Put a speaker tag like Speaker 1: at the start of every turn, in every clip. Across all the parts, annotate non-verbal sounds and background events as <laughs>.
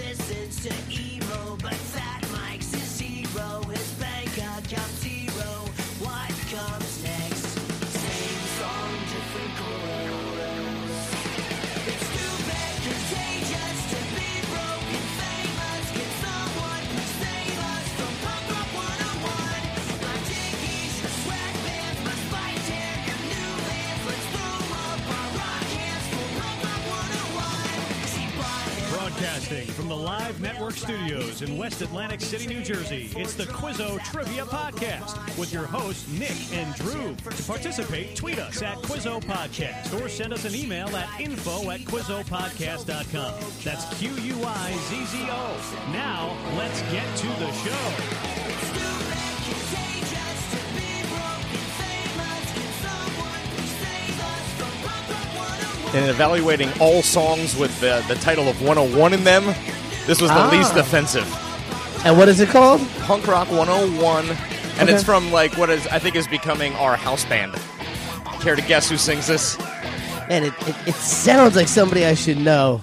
Speaker 1: Mr. Evil, but Fat Mike's his hero. His bank account zero. What comes next? Same song, different chorus. It's stupid, contagious to be broken famous. Can someone please save us from Punk Rock 101? My jinkies, your swag bands, my spiked hair, your new lands. Let's throw up our rock hands for Punk Rock 101. See, Brian.
Speaker 2: Broadcasting from the Live Network Studios in West Atlantic City, New Jersey, it's the Quizzo Trivia Podcast with your hosts, Nick and Drew. To participate, tweet us at Quizzo Podcast or send us an email at info at QuizzoPodcast.com. That's Q U I Z Z O. Now, let's get to the show.
Speaker 3: and evaluating all songs with the, the title of 101 in them, this was the
Speaker 4: Ah.
Speaker 3: least offensive.
Speaker 4: And what is it called?
Speaker 3: Punk Rock 101, and
Speaker 4: Okay.
Speaker 3: it's from like what is I think is becoming our house band. Care to guess who sings this?
Speaker 4: Man, it, it, it sounds like somebody I should know.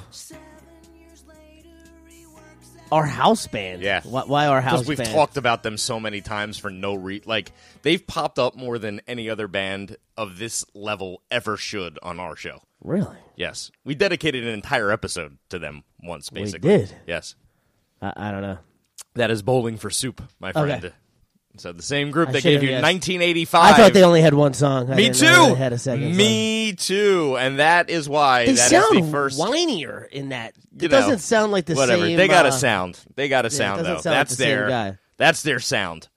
Speaker 4: Our house band.
Speaker 3: Yeah.
Speaker 4: Why, why our house
Speaker 3: Because we've
Speaker 4: band?
Speaker 3: talked about them so many times for no re like they've popped up more than any other band of this level ever should on our show.
Speaker 4: really?
Speaker 3: Yes, we dedicated an entire episode to them once. Basically,
Speaker 4: did.
Speaker 3: Yes,
Speaker 4: I, I don't know.
Speaker 3: that is bowling for soup, my friend.
Speaker 4: Okay.
Speaker 3: So the same group
Speaker 4: I
Speaker 3: that
Speaker 4: should
Speaker 3: gave
Speaker 4: have
Speaker 3: you
Speaker 4: guessed.
Speaker 3: 1985.
Speaker 4: I thought they only had one song. I
Speaker 3: Me
Speaker 4: didn't know
Speaker 3: too.
Speaker 4: They had a second. song.
Speaker 3: Me too. And that is why
Speaker 4: They
Speaker 3: that is
Speaker 4: sound
Speaker 3: the first.
Speaker 4: whinier in that.
Speaker 3: you
Speaker 4: It
Speaker 3: know,
Speaker 4: doesn't sound like the
Speaker 3: whatever.
Speaker 4: same.
Speaker 3: They got a
Speaker 4: uh,
Speaker 3: sound. They got a sound
Speaker 4: doesn't
Speaker 3: though.
Speaker 4: sound like
Speaker 3: That's
Speaker 4: the same
Speaker 3: their.
Speaker 4: guy.
Speaker 3: That's their sound.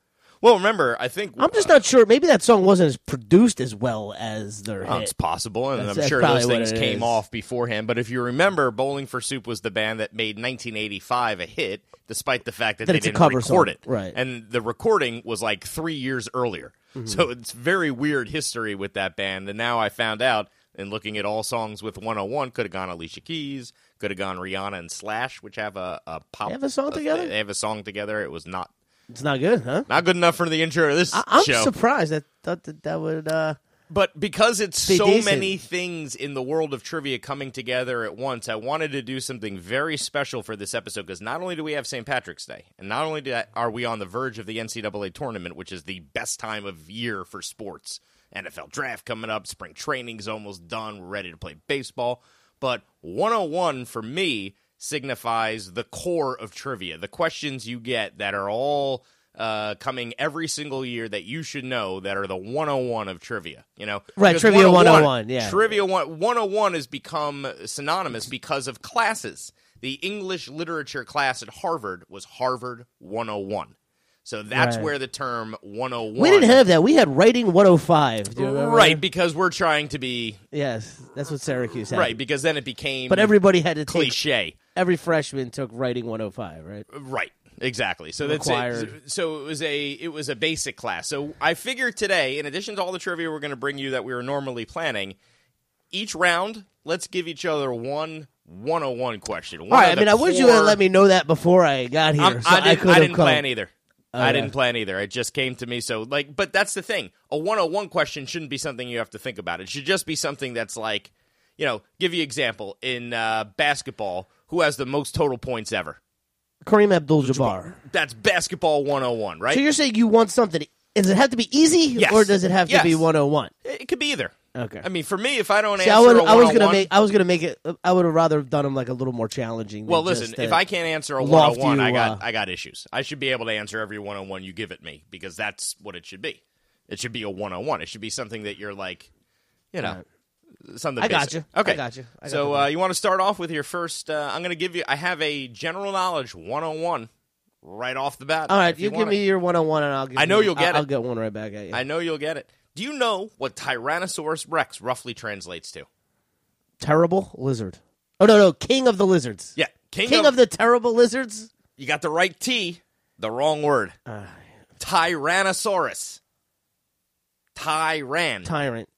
Speaker 3: Well, remember, I think
Speaker 4: I'm just not sure. Maybe that song wasn't as produced as well as their
Speaker 3: Well,
Speaker 4: hit.
Speaker 3: it's possible, and
Speaker 4: That's-
Speaker 3: I'm
Speaker 4: that's
Speaker 3: sure
Speaker 4: probably
Speaker 3: those
Speaker 4: what
Speaker 3: things
Speaker 4: it
Speaker 3: came
Speaker 4: is.
Speaker 3: off beforehand. But if you remember, Bowling for Soup was the band that made 1985 a hit, despite the fact that
Speaker 4: That
Speaker 3: they
Speaker 4: it's a
Speaker 3: didn't
Speaker 4: cover
Speaker 3: record
Speaker 4: song,
Speaker 3: it.
Speaker 4: right. Mm-hmm.
Speaker 3: And the recording was like three years earlier. So it's very weird history with that band. And now I found out, in looking at all songs with 101, could have gone Alicia Keys, could have gone Rihanna and Slash, which have a, a pop.
Speaker 4: They have a song together?
Speaker 3: They have a song together. It was not
Speaker 4: It's not good, huh?
Speaker 3: not good enough for the intro to this
Speaker 4: I, I'm
Speaker 3: show.
Speaker 4: surprised. I thought that that would. Uh,
Speaker 3: But because it's
Speaker 4: Be
Speaker 3: so
Speaker 4: decent.
Speaker 3: many things in the world of trivia coming together at once, I wanted to do something very special for this episode because not only do we have St. Patrick's Day, and not only do I- are we on the verge of the NCAA tournament, which is the best time of year for sports. NFL draft coming up, spring training's almost done, we're ready to play baseball. But 101 for me signifies the core of trivia, the questions you get that are all uh, coming every single year that you should know that are the 101 of trivia. You know,
Speaker 4: Right,
Speaker 3: Because oh
Speaker 4: Trivia 101, yeah.
Speaker 3: Trivia one- 101 has become synonymous because of classes. The English literature class at Harvard was Harvard 101. So that's
Speaker 4: Right.
Speaker 3: where the term 101
Speaker 4: we didn't have that. We had writing 105. Do you remember
Speaker 3: Right,
Speaker 4: that?
Speaker 3: because we're trying to be
Speaker 4: Yes, that's what Syracuse had.
Speaker 3: right because then it became
Speaker 4: But everybody had to take.
Speaker 3: cliche.
Speaker 4: Every freshman took writing 105, right?
Speaker 3: Right. Exactly. So that's
Speaker 4: Required.
Speaker 3: it. So it was a it was a basic class. So I figured today, in addition to all the trivia we're going to bring you that we were normally planning, each round let's give each other one 101 question. One
Speaker 4: All right.
Speaker 3: of
Speaker 4: I
Speaker 3: the
Speaker 4: mean, I wish you
Speaker 3: core-
Speaker 4: had let me know that before I got here.
Speaker 3: I'm-
Speaker 4: so
Speaker 3: I didn't,
Speaker 4: could
Speaker 3: I
Speaker 4: have
Speaker 3: didn't
Speaker 4: come.
Speaker 3: plan either. I
Speaker 4: yeah.
Speaker 3: didn't plan either. It just came to me. So like, but that's the thing. A 101 question shouldn't be something you have to think about. It should just be something that's like, you know, give you example in uh, basketball. Who has the most total points ever?
Speaker 4: Kareem Abdul-Jabbar.
Speaker 3: That's basketball 101, right?
Speaker 4: So you're saying you want something? Does it have to be easy,
Speaker 3: Yes.
Speaker 4: or does it have
Speaker 3: Yes.
Speaker 4: to be 101?
Speaker 3: It could be either.
Speaker 4: Okay.
Speaker 3: I mean, for me, if I don't
Speaker 4: See,
Speaker 3: answer, oh
Speaker 4: I, would,
Speaker 3: a
Speaker 4: I was gonna
Speaker 3: 101
Speaker 4: make. I was gonna make it. I would have rather have done them like a little more challenging. than
Speaker 3: Well,
Speaker 4: just
Speaker 3: listen,
Speaker 4: the-
Speaker 3: if I can't answer a
Speaker 4: loft
Speaker 3: 101,
Speaker 4: you,
Speaker 3: I got
Speaker 4: uh,
Speaker 3: I got issues. I should be able to answer every 101 you give it me because that's what it should be. It should be a 101. It should be something that you're like, you know, something.
Speaker 4: I got
Speaker 3: basic.
Speaker 4: you. I
Speaker 3: Okay,
Speaker 4: got you. I got
Speaker 3: so
Speaker 4: the-
Speaker 3: uh, you want to start off with your first? Uh, I'm going to give you. I have a general knowledge 101 right off the bat.
Speaker 4: all right,
Speaker 3: if
Speaker 4: you, give
Speaker 3: want
Speaker 4: me
Speaker 3: it.
Speaker 4: your one on one, and I'll. Give
Speaker 3: I know
Speaker 4: you-
Speaker 3: you'll get it.
Speaker 4: I'll, I'll get one right back at you.
Speaker 3: I know you'll get it. Do you know what Tyrannosaurus Rex roughly translates to?
Speaker 4: terrible lizard. Oh no, no, king of the lizards.
Speaker 3: Yeah, king,
Speaker 4: king of, the terrible lizards.
Speaker 3: You got the right T, the wrong word.
Speaker 4: Uh,
Speaker 3: Tyrannosaurus. Tyran.
Speaker 4: Tyrant,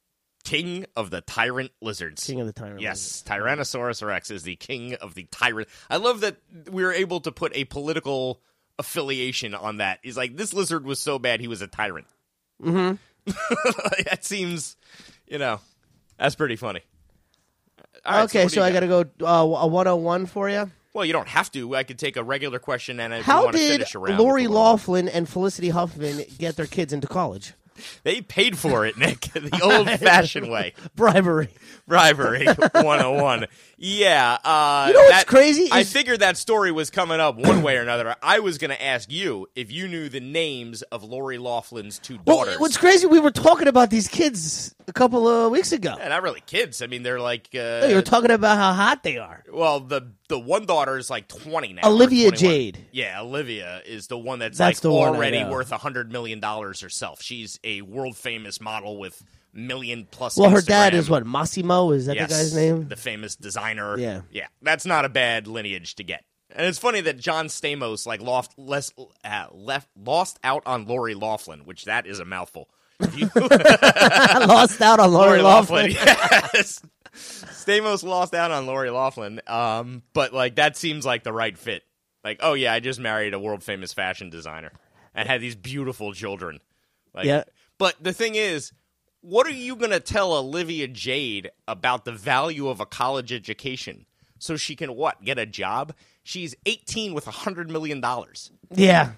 Speaker 3: king of the tyrant lizards.
Speaker 4: king of the tyrant.
Speaker 3: Yes, Tyrannosaurus Rex is the king of the tyrant. I love that we were able to put a political affiliation on that. He's like, this lizard was so bad he was a tyrant. Mm-hmm. <laughs> that seems, you know, that's pretty funny. All right,
Speaker 4: lizards. Okay,
Speaker 3: what do
Speaker 4: so
Speaker 3: you
Speaker 4: I
Speaker 3: got
Speaker 4: gotta go uh, a one on one for you.
Speaker 3: Well, you don't have to. I could take a regular question and if you
Speaker 4: How
Speaker 3: want to
Speaker 4: did
Speaker 3: finish around.
Speaker 4: Lori Laughlin and Felicity Huffman get their kids into college?
Speaker 3: They paid for it, Nick, <laughs> the old-fashioned way,
Speaker 4: <laughs> Bribery. <laughs>
Speaker 3: bribery 101. Yeah, uh,
Speaker 4: You know what's
Speaker 3: that-
Speaker 4: crazy
Speaker 3: I
Speaker 4: is-
Speaker 3: figured that story was coming up one way or another. I was going to ask you if you knew the names of Lori Laughlin's two
Speaker 4: Well,
Speaker 3: daughters.
Speaker 4: what's crazy? We were talking about these kids a couple of weeks ago.
Speaker 3: Yeah, not really kids. I mean, they're like uh,
Speaker 4: We were talking about how hot they are.
Speaker 3: Well, the the one daughter is like twenty now. or
Speaker 4: Olivia
Speaker 3: 21.
Speaker 4: Jade.
Speaker 3: Yeah, Olivia is the one that's,
Speaker 4: That's
Speaker 3: like
Speaker 4: the one I
Speaker 3: already
Speaker 4: know.
Speaker 3: worth a hundred million dollars herself. She's a world famous model with million plus.
Speaker 4: Well, her
Speaker 3: Instagram.
Speaker 4: dad is what Massimo is that
Speaker 3: Yes,
Speaker 4: the guy's
Speaker 3: <laughs>
Speaker 4: name?
Speaker 3: the famous designer.
Speaker 4: Yeah.
Speaker 3: yeah, that's not a bad lineage to get. And it's funny that John Stamos like lost less, uh, left lost out on Lori Laughlin, which that is a mouthful. If you-
Speaker 4: I lost out on Lori
Speaker 3: Lori
Speaker 4: Laughlin.
Speaker 3: Laughlin. yes. Stamos lost out on Lori Laughlin. Um, but like that seems like the right fit. Like, oh yeah, I just married a world famous fashion designer and had these beautiful children. Like,
Speaker 4: Yeah.
Speaker 3: But the thing is, what are you gonna tell Olivia Jade about the value of a college education? So she can what? Get a job? She's 18 with a hundred million dollars.
Speaker 4: Yeah,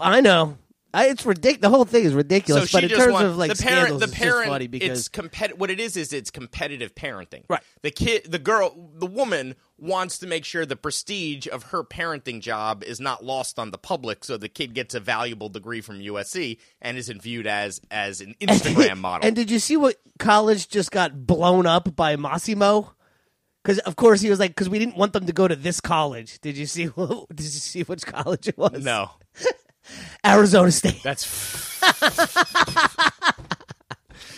Speaker 4: I know. I, it's ridiculous. The whole thing is
Speaker 3: So
Speaker 4: ridiculous.
Speaker 3: she
Speaker 4: but in
Speaker 3: just
Speaker 4: terms
Speaker 3: want-
Speaker 4: of like
Speaker 3: the parent,
Speaker 4: scandals,
Speaker 3: the
Speaker 4: it's
Speaker 3: parent,
Speaker 4: just funny because
Speaker 3: it's compet- What it is is it's competitive parenting.
Speaker 4: Right.
Speaker 3: The kid, the girl, the woman wants to make sure the prestige of her parenting job is not lost on the public, so the kid gets a valuable degree from USC and isn't viewed as as an Instagram model.
Speaker 4: <laughs> And did you see what college just got blown up by Massimo? Because of course he was like, because we didn't want them to go to this college. Did you see? <laughs> Did you see which college it was?
Speaker 3: no,
Speaker 4: Arizona State.
Speaker 3: that's <laughs>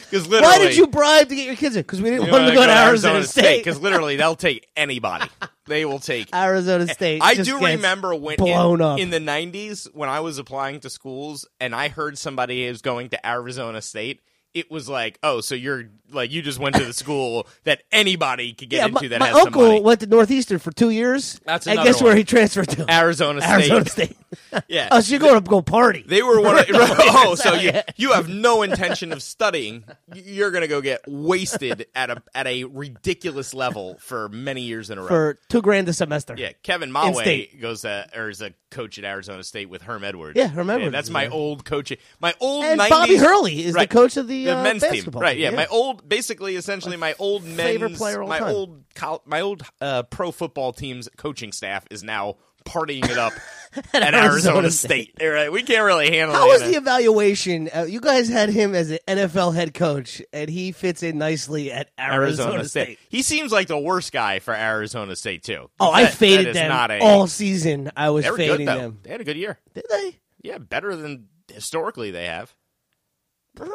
Speaker 3: because literally,
Speaker 4: Why did you bribe to get your kids in? Because we didn't want them to go to Arizona, State.
Speaker 3: Because literally, they'll take
Speaker 4: <laughs>
Speaker 3: anybody. they will take
Speaker 4: Arizona State.
Speaker 3: <laughs> I
Speaker 4: just
Speaker 3: do
Speaker 4: gets
Speaker 3: remember when
Speaker 4: blown
Speaker 3: in,
Speaker 4: up.
Speaker 3: in the '90s when I was applying to schools and I heard somebody is going to Arizona State. It was like, oh, so you're like you just went
Speaker 4: <laughs>
Speaker 3: to the school that anybody could get
Speaker 4: yeah,
Speaker 3: into
Speaker 4: my,
Speaker 3: that
Speaker 4: my
Speaker 3: has some
Speaker 4: uncle
Speaker 3: money.
Speaker 4: went to Northeastern for two years.
Speaker 3: That's
Speaker 4: and
Speaker 3: another
Speaker 4: guess where
Speaker 3: one.
Speaker 4: he transferred to?
Speaker 3: Arizona State.
Speaker 4: Arizona State.
Speaker 3: <laughs> Yeah.
Speaker 4: oh, so you're going to go party?
Speaker 3: They were one of
Speaker 4: <laughs>
Speaker 3: <laughs> oh, so you,
Speaker 4: Yeah.
Speaker 3: you have no intention of studying. You're gonna go get wasted at a at a ridiculous level for many years in a row.
Speaker 4: for two grand a semester.
Speaker 3: Yeah, Kevin
Speaker 4: In-state.
Speaker 3: Malway goes uh, or is a coach at Arizona State with Herm Edwards.
Speaker 4: Yeah, Herm Edwards
Speaker 3: that's
Speaker 4: is
Speaker 3: my
Speaker 4: there.
Speaker 3: old coaching. My old
Speaker 4: And
Speaker 3: 90s,
Speaker 4: Bobby Hurley is the
Speaker 3: Right.
Speaker 4: coach of the, uh,
Speaker 3: men's
Speaker 4: basketball
Speaker 3: team. Right.
Speaker 4: team,
Speaker 3: Yeah,
Speaker 4: yeah.
Speaker 3: my old, basically, essentially my old
Speaker 4: favorite
Speaker 3: men's,
Speaker 4: player all
Speaker 3: my
Speaker 4: time.
Speaker 3: old, col- my old uh, pro football team's coaching staff is now partying it
Speaker 4: <laughs>
Speaker 3: up at, Arizona,
Speaker 4: Arizona
Speaker 3: State. All right, we can't really handle.
Speaker 4: How
Speaker 3: it.
Speaker 4: was the evaluation? Uh, you guys had him as an NFL head coach, and he fits in nicely at Arizona,
Speaker 3: Arizona
Speaker 4: State.
Speaker 3: State. He seems like the worst guy for Arizona State too.
Speaker 4: Oh, I
Speaker 3: That- that
Speaker 4: faded
Speaker 3: is
Speaker 4: them
Speaker 3: not a-
Speaker 4: all season. I was
Speaker 3: They were
Speaker 4: fading
Speaker 3: good though.
Speaker 4: them.
Speaker 3: They had a good year.
Speaker 4: Did they?
Speaker 3: Yeah, better than historically they have.
Speaker 4: Uh,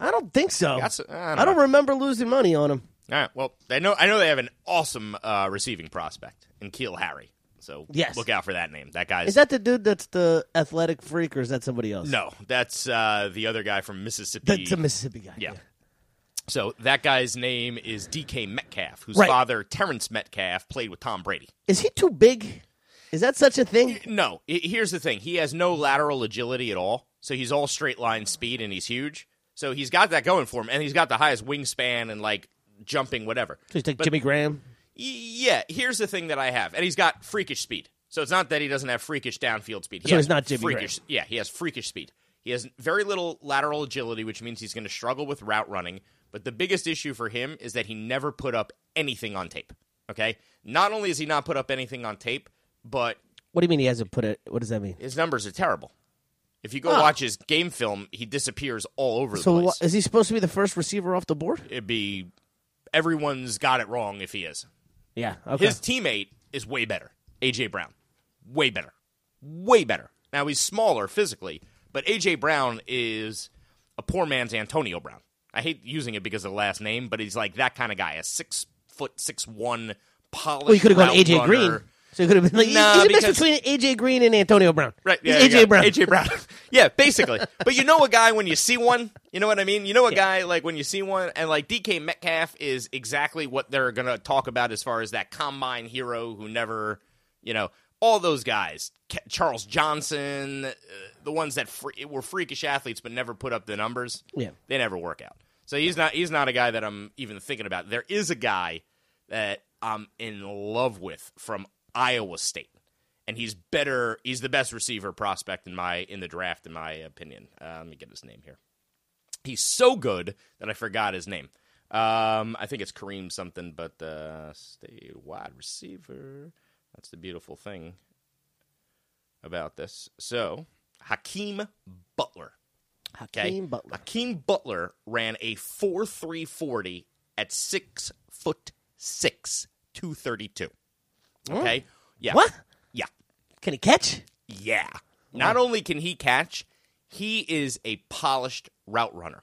Speaker 4: I don't think so.
Speaker 3: Got some- I don't
Speaker 4: I don't
Speaker 3: know.
Speaker 4: remember losing money on him.
Speaker 3: All right. Well, I know I know they have an awesome uh, receiving prospect in Keel Harry. So
Speaker 4: Yes.
Speaker 3: look out for that name. That guy's
Speaker 4: Is that the dude that's the athletic freak, or is that somebody else?
Speaker 3: no. That's uh, the other guy from Mississippi.
Speaker 4: that's a Mississippi guy.
Speaker 3: yeah. So that guy's name is DK Metcalf, whose
Speaker 4: Right.
Speaker 3: father Terrence Metcalf played with Tom Brady.
Speaker 4: Is he too big? Is that such a thing?
Speaker 3: No, he- here's the thing: he has no lateral agility at all. So he's all straight line speed, and he's huge. So he's got that going for him, and he's got the highest wingspan and like jumping, whatever.
Speaker 4: Just like Jimmy Graham.
Speaker 3: Yeah, here's the thing that I have, and he's got freakish speed. So it's not that he doesn't have freakish downfield speed. He
Speaker 4: So
Speaker 3: has
Speaker 4: he's not Jimmy
Speaker 3: freakish. Yeah, he has freakish speed. He has very little lateral agility, which means he's going to struggle with route running. But the biggest issue for him is that he never put up anything on tape. Okay, not only is he not put up anything on tape, but
Speaker 4: What do you mean he hasn't put it? What does that mean?
Speaker 3: his numbers are terrible. If you go
Speaker 4: Ah.
Speaker 3: watch his game film, he disappears all over
Speaker 4: So
Speaker 3: the
Speaker 4: wha-
Speaker 3: place.
Speaker 4: is he supposed to be the first receiver off the board?
Speaker 3: It'd be everyone's got it wrong if he is.
Speaker 4: Yeah. Okay.
Speaker 3: His teammate is way better. AJ Brown. Way better. Way better. Now he's smaller physically, but AJ Brown is a poor man's Antonio Brown. I hate using it because of the last name, but he's like that kind of guy, a six foot six one polished.
Speaker 4: well, you could have gone
Speaker 3: route
Speaker 4: AJ Green.
Speaker 3: runner.
Speaker 4: So it could have been like
Speaker 3: Nah,
Speaker 4: he's a mix
Speaker 3: because-
Speaker 4: between AJ Green and Antonio Brown.
Speaker 3: Right.
Speaker 4: He's
Speaker 3: Yeah, there you
Speaker 4: AJ
Speaker 3: go.
Speaker 4: Brown.
Speaker 3: AJ Brown. <laughs> yeah, basically. But you know a guy when you see one. You know what I mean? You know a guy like when you see one, and like DK Metcalf is exactly what they're going to talk about as far as that combine hero who never, you know, all those guys, Ke- Charles Johnson, uh, the ones that fre- were freakish athletes but never put up the numbers.
Speaker 4: Yeah.
Speaker 3: They never work out. So he's not he's not a guy that I'm even thinking about. There is a guy that I'm in love with from Iowa State, and he's better. He's the best receiver prospect in my in the draft, in my opinion. Uh, let me get his name here. He's so good that I forgot his name. Um, I think it's Kareem something, but uh, state wide receiver. That's the beautiful thing about this. So Hakeem Butler. Okay.
Speaker 4: Hakeem Butler.
Speaker 3: Hakeem Butler ran a four three forty at six foot six, two thirty two. Okay. Yeah.
Speaker 4: Mm. What? Mm.
Speaker 3: Yeah.
Speaker 4: Can he catch?
Speaker 3: Yeah. Not only can he catch, he is a polished route runner.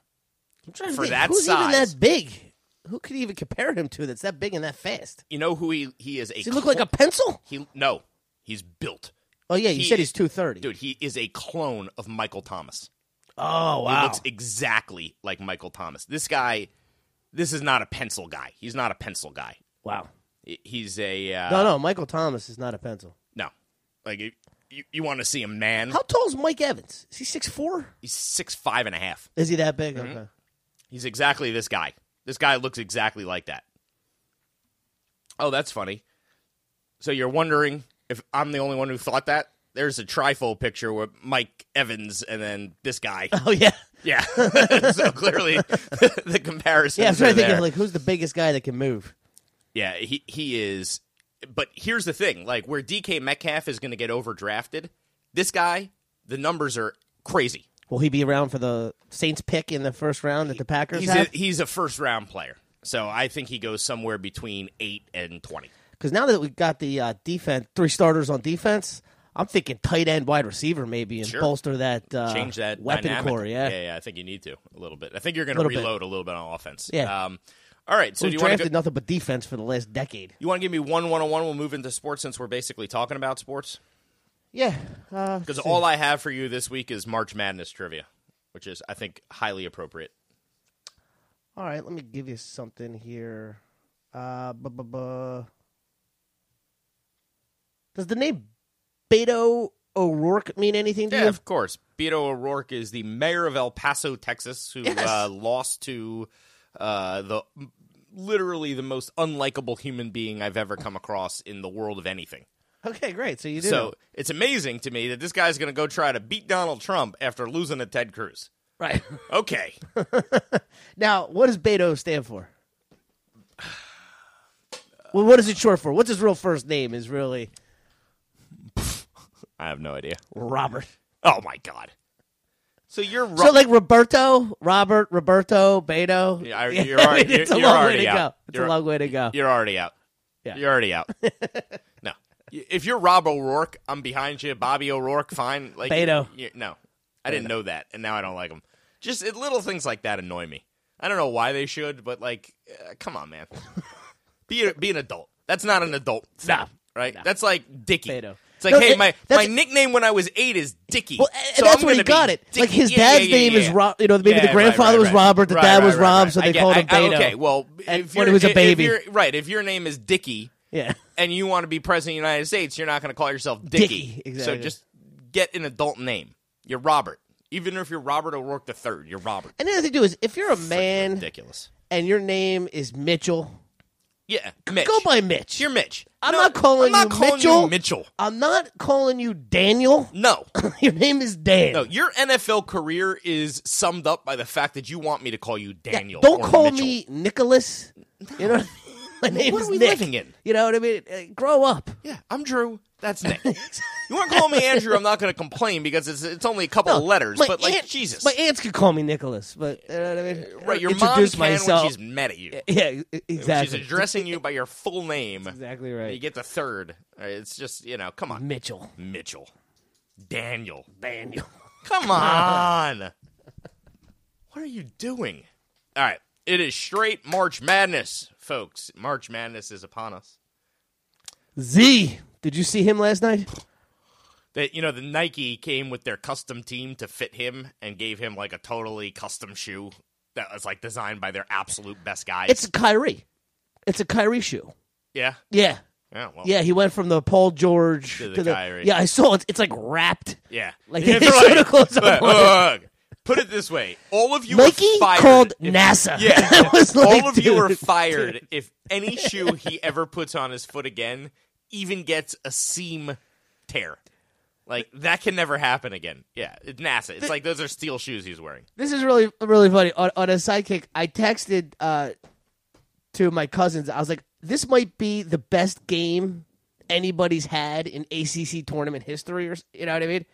Speaker 4: I'm trying to
Speaker 3: For
Speaker 4: think,
Speaker 3: that
Speaker 4: who's even
Speaker 3: size.
Speaker 4: that big? Who could even compare him to that's that big and that fast?
Speaker 3: You know who he he is a
Speaker 4: Does he look like a pencil?
Speaker 3: he no. He's built.
Speaker 4: Oh yeah, you
Speaker 3: He
Speaker 4: said
Speaker 3: is-
Speaker 4: he's two thirty.
Speaker 3: Dude, he is a clone of Michael Thomas.
Speaker 4: Oh wow,
Speaker 3: He looks exactly like Michael Thomas. This guy this is not a pencil guy. He's not a pencil guy.
Speaker 4: wow.
Speaker 3: I- He's a uh,
Speaker 4: No, no, Michael Thomas is not a pencil.
Speaker 3: no. Like you, you, you want to see a man.
Speaker 4: How tall is Mike Evans? Is he six four?
Speaker 3: He's six five and a half.
Speaker 4: Is he that
Speaker 3: Mm-hmm.
Speaker 4: big? Okay.
Speaker 3: He's exactly this guy. This guy looks exactly like that. Oh, that's funny. So you're wondering if I'm the only one who thought that? There's a trifold picture with Mike Evans and then this
Speaker 4: <laughs>
Speaker 3: guy.
Speaker 4: Oh yeah,
Speaker 3: yeah. <laughs> so clearly <laughs> the comparison.
Speaker 4: yeah. I'm trying to think
Speaker 3: there.
Speaker 4: of like who's the biggest guy that can move.
Speaker 3: Yeah, he he is. But here's the thing: like where DK Metcalf is going to get overdrafted, this guy, the numbers are crazy.
Speaker 4: Will he be around for the Saints pick in the first round that the Packers
Speaker 3: He's a,
Speaker 4: have?
Speaker 3: he's a first round player, so I think he goes somewhere between eight and twenty.
Speaker 4: Because now that we got the uh, defense, three starters on defense, I'm thinking tight end, wide receiver, maybe, and
Speaker 3: Sure.
Speaker 4: bolster that uh,
Speaker 3: Change that
Speaker 4: weapon
Speaker 3: dynamic.
Speaker 4: core. Yeah,
Speaker 3: yeah, I think you need to a little bit. I think you're going to
Speaker 4: Little bit.
Speaker 3: reload a little bit on offense.
Speaker 4: Yeah.
Speaker 3: Um, all right. So
Speaker 4: we've
Speaker 3: do you want to
Speaker 4: drafted nothing but defense for the last decade.
Speaker 3: you want to give me one one on one? We'll move into sports since we're basically talking about sports.
Speaker 4: Yeah, uh,
Speaker 3: Because all I have for you this week is March Madness trivia, which is I think highly appropriate.
Speaker 4: all right. Let me give you something here. Uh, bu- bu- bu- Does the name Beto O'Rourke mean anything to
Speaker 3: Yeah,
Speaker 4: you?
Speaker 3: of course. Beto O'Rourke is the mayor of El Paso, Texas, who
Speaker 4: Yes.
Speaker 3: uh, lost to uh, the literally the most unlikable human being I've ever come across in the world of anything.
Speaker 4: Okay, great. So you do.
Speaker 3: So it's amazing to me that this guy's going to go try to beat Donald Trump after losing to Ted Cruz.
Speaker 4: right <laughs>
Speaker 3: Okay,
Speaker 4: now, what does Beto stand for? Well, what is it short for? What's his real first name? Is really
Speaker 3: I have no idea.
Speaker 4: Robert.
Speaker 3: Oh my god! So you're right.
Speaker 4: So like Roberto, Robert, Roberto, Beto. <laughs>
Speaker 3: Yeah, I- you're already-
Speaker 4: it's a
Speaker 3: you're
Speaker 4: long way
Speaker 3: already
Speaker 4: to
Speaker 3: out.
Speaker 4: go. It's
Speaker 3: You're-
Speaker 4: a long way to go.
Speaker 3: You're already out.
Speaker 4: Yeah.
Speaker 3: You're already
Speaker 4: <laughs>
Speaker 3: out. no. Y- If you're Rob O'Rourke, I'm behind you. Bobby O'Rourke, fine. Like
Speaker 4: Beto.
Speaker 3: y- y- no, I didn't know that, and now I don't like him. Just it, little things like that annoy me. I don't know why they should, but like, uh, come on,
Speaker 4: <laughs>
Speaker 3: man. be a, be an adult. That's not an adult. Thing,
Speaker 4: Nah.
Speaker 3: Right. That's like Dicky.
Speaker 4: Beto.
Speaker 3: It's like,
Speaker 4: No,
Speaker 3: hey,
Speaker 4: that-
Speaker 3: my my
Speaker 4: that's-
Speaker 3: nickname when I was eight is Dicky.
Speaker 4: Well, and
Speaker 3: so
Speaker 4: that's
Speaker 3: I'm
Speaker 4: where
Speaker 3: gonna
Speaker 4: he
Speaker 3: be
Speaker 4: got it. Like
Speaker 3: Dicky.
Speaker 4: his
Speaker 3: Yeah,
Speaker 4: dad's
Speaker 3: yeah, yeah,
Speaker 4: name is
Speaker 3: yeah.
Speaker 4: Rob. You know, maybe
Speaker 3: Yeah,
Speaker 4: the
Speaker 3: right,
Speaker 4: grandfather
Speaker 3: right,
Speaker 4: was
Speaker 3: right.
Speaker 4: Robert, the
Speaker 3: Right,
Speaker 4: dad
Speaker 3: right,
Speaker 4: was
Speaker 3: right,
Speaker 4: Rob,
Speaker 3: right.
Speaker 4: so
Speaker 3: I
Speaker 4: they
Speaker 3: get-
Speaker 4: called
Speaker 3: I-
Speaker 4: him
Speaker 3: I-
Speaker 4: Beto.
Speaker 3: Okay, well,
Speaker 4: And
Speaker 3: if
Speaker 4: when
Speaker 3: you're-
Speaker 4: he was a
Speaker 3: if- if
Speaker 4: baby.
Speaker 3: you're- right? If your name is Dicky,
Speaker 4: Yeah.
Speaker 3: and you want to be president of the United States, you're not going to call yourself Dicky.
Speaker 4: Dicky, exactly.
Speaker 3: So just get an adult name. You're Robert. Even if you're Robert O'Rourke the third, you're Robert.
Speaker 4: And the other thing too is if you're a man
Speaker 3: Ridiculous.
Speaker 4: and your name is Mitchell,
Speaker 3: Yeah, Mitch.
Speaker 4: go by Mitch.
Speaker 3: You're Mitch.
Speaker 4: I'm
Speaker 3: No,
Speaker 4: not calling
Speaker 3: I'm not
Speaker 4: you
Speaker 3: calling
Speaker 4: Mitchell.
Speaker 3: You Mitchell.
Speaker 4: I'm not calling you Daniel. <coughs>
Speaker 3: No,
Speaker 4: your name is Dan.
Speaker 3: no. Your NFL career is summed up by the fact that you want me to call you Daniel.
Speaker 4: Don't
Speaker 3: or
Speaker 4: call
Speaker 3: Mitchell.
Speaker 4: me Nicholas. You know, <laughs> my name
Speaker 3: What
Speaker 4: is
Speaker 3: are we
Speaker 4: Nick.
Speaker 3: living in?
Speaker 4: You know what I mean? Uh, grow up.
Speaker 3: Yeah, I'm Drew. That's
Speaker 4: <laughs>
Speaker 3: Nick. you want to call me Andrew? I'm not going to complain because it's it's only a couple of letters.
Speaker 4: My
Speaker 3: But like
Speaker 4: aunt-
Speaker 3: Jesus,
Speaker 4: my aunts could call me Nicholas, but you know what I mean.
Speaker 3: right? Your mom
Speaker 4: Introduce
Speaker 3: can
Speaker 4: myself.
Speaker 3: when she's mad at you.
Speaker 4: <laughs> yeah, e-
Speaker 3: She's
Speaker 4: exactly.
Speaker 3: addressing you by your full name.
Speaker 4: exactly
Speaker 3: You
Speaker 4: right.
Speaker 3: get the third. All right, It's just you know, come on,
Speaker 4: Mitchell,
Speaker 3: Mitchell,
Speaker 4: <laughs>
Speaker 3: Daniel,
Speaker 4: Daniel.
Speaker 3: come on. what are you doing? All right, it is straight March Madness, folks. March Madness is upon us.
Speaker 4: Z. Did you see him last night?
Speaker 3: That you know, the Nike came with their custom team to fit him and gave him like a totally custom shoe that was like designed by their absolute best guys.
Speaker 4: It's a Kyrie. It's a Kyrie shoe.
Speaker 3: yeah,
Speaker 4: Yeah,
Speaker 3: yeah, well,
Speaker 4: yeah. He went from the Paul George
Speaker 3: To the Kyrie.
Speaker 4: Yeah, I saw it. It's like wrapped.
Speaker 3: yeah. <laughs>
Speaker 4: Like,
Speaker 3: Yeah,
Speaker 4: they
Speaker 3: they're
Speaker 4: showed a close-up
Speaker 3: look,
Speaker 4: on
Speaker 3: look, look. Put it this way: all of you were
Speaker 4: Nike
Speaker 3: fired
Speaker 4: called
Speaker 3: if-
Speaker 4: NASA.
Speaker 3: Yeah.
Speaker 4: <laughs> I was like,
Speaker 3: all of you
Speaker 4: dude. <laughs>
Speaker 3: are fired if any shoe he ever puts on his foot again even gets a seam tear. Like that can never happen again. Yeah, it's NASA. It's like those are steel shoes he's wearing.
Speaker 4: This is really really funny. On, on a sidekick, I texted uh, to my cousins. I was like, "This might be the best game anybody's had in ACC tournament history." Or s- you know what I mean?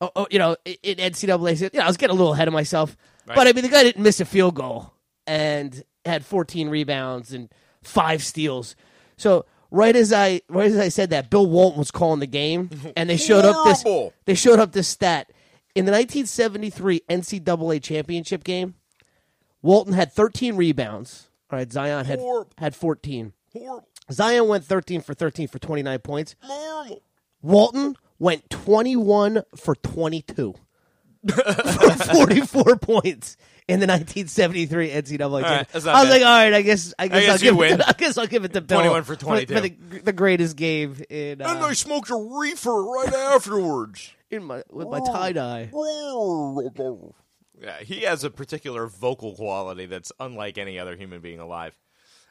Speaker 4: Oh, oh, you know, i- in NCAA. You know, I was getting a little ahead of myself, but I mean, the guy didn't miss a field goal and had 14 rebounds and five steals. So right as I right as I said that, Bill Walton was calling the game, and they showed up this
Speaker 3: Horrible.
Speaker 4: they showed up this stat in the 1973 NCAA championship game. Walton had 13 rebounds. All right, Zion had
Speaker 3: Horrible.
Speaker 4: had 14.
Speaker 3: Horrible.
Speaker 4: Zion went 13 for 13 for 29 points.
Speaker 3: Horrible.
Speaker 4: Walton went 21 for <laughs> 22 for 44 points in the 1973 NCAA
Speaker 3: right,
Speaker 4: championship.
Speaker 3: that's not
Speaker 4: I
Speaker 3: bad.
Speaker 4: was like, all right, I guess I guess,
Speaker 3: guess
Speaker 4: I'll
Speaker 3: you
Speaker 4: give
Speaker 3: win.
Speaker 4: It, I guess I'll give it to <laughs> Bill
Speaker 3: 21 for
Speaker 4: the-
Speaker 3: 22.
Speaker 4: the, the greatest game in uh,
Speaker 3: smoked a reefer right afterwards.
Speaker 4: in my with my tie dye.
Speaker 3: Yeah, he has a particular vocal quality that's unlike any other human being alive.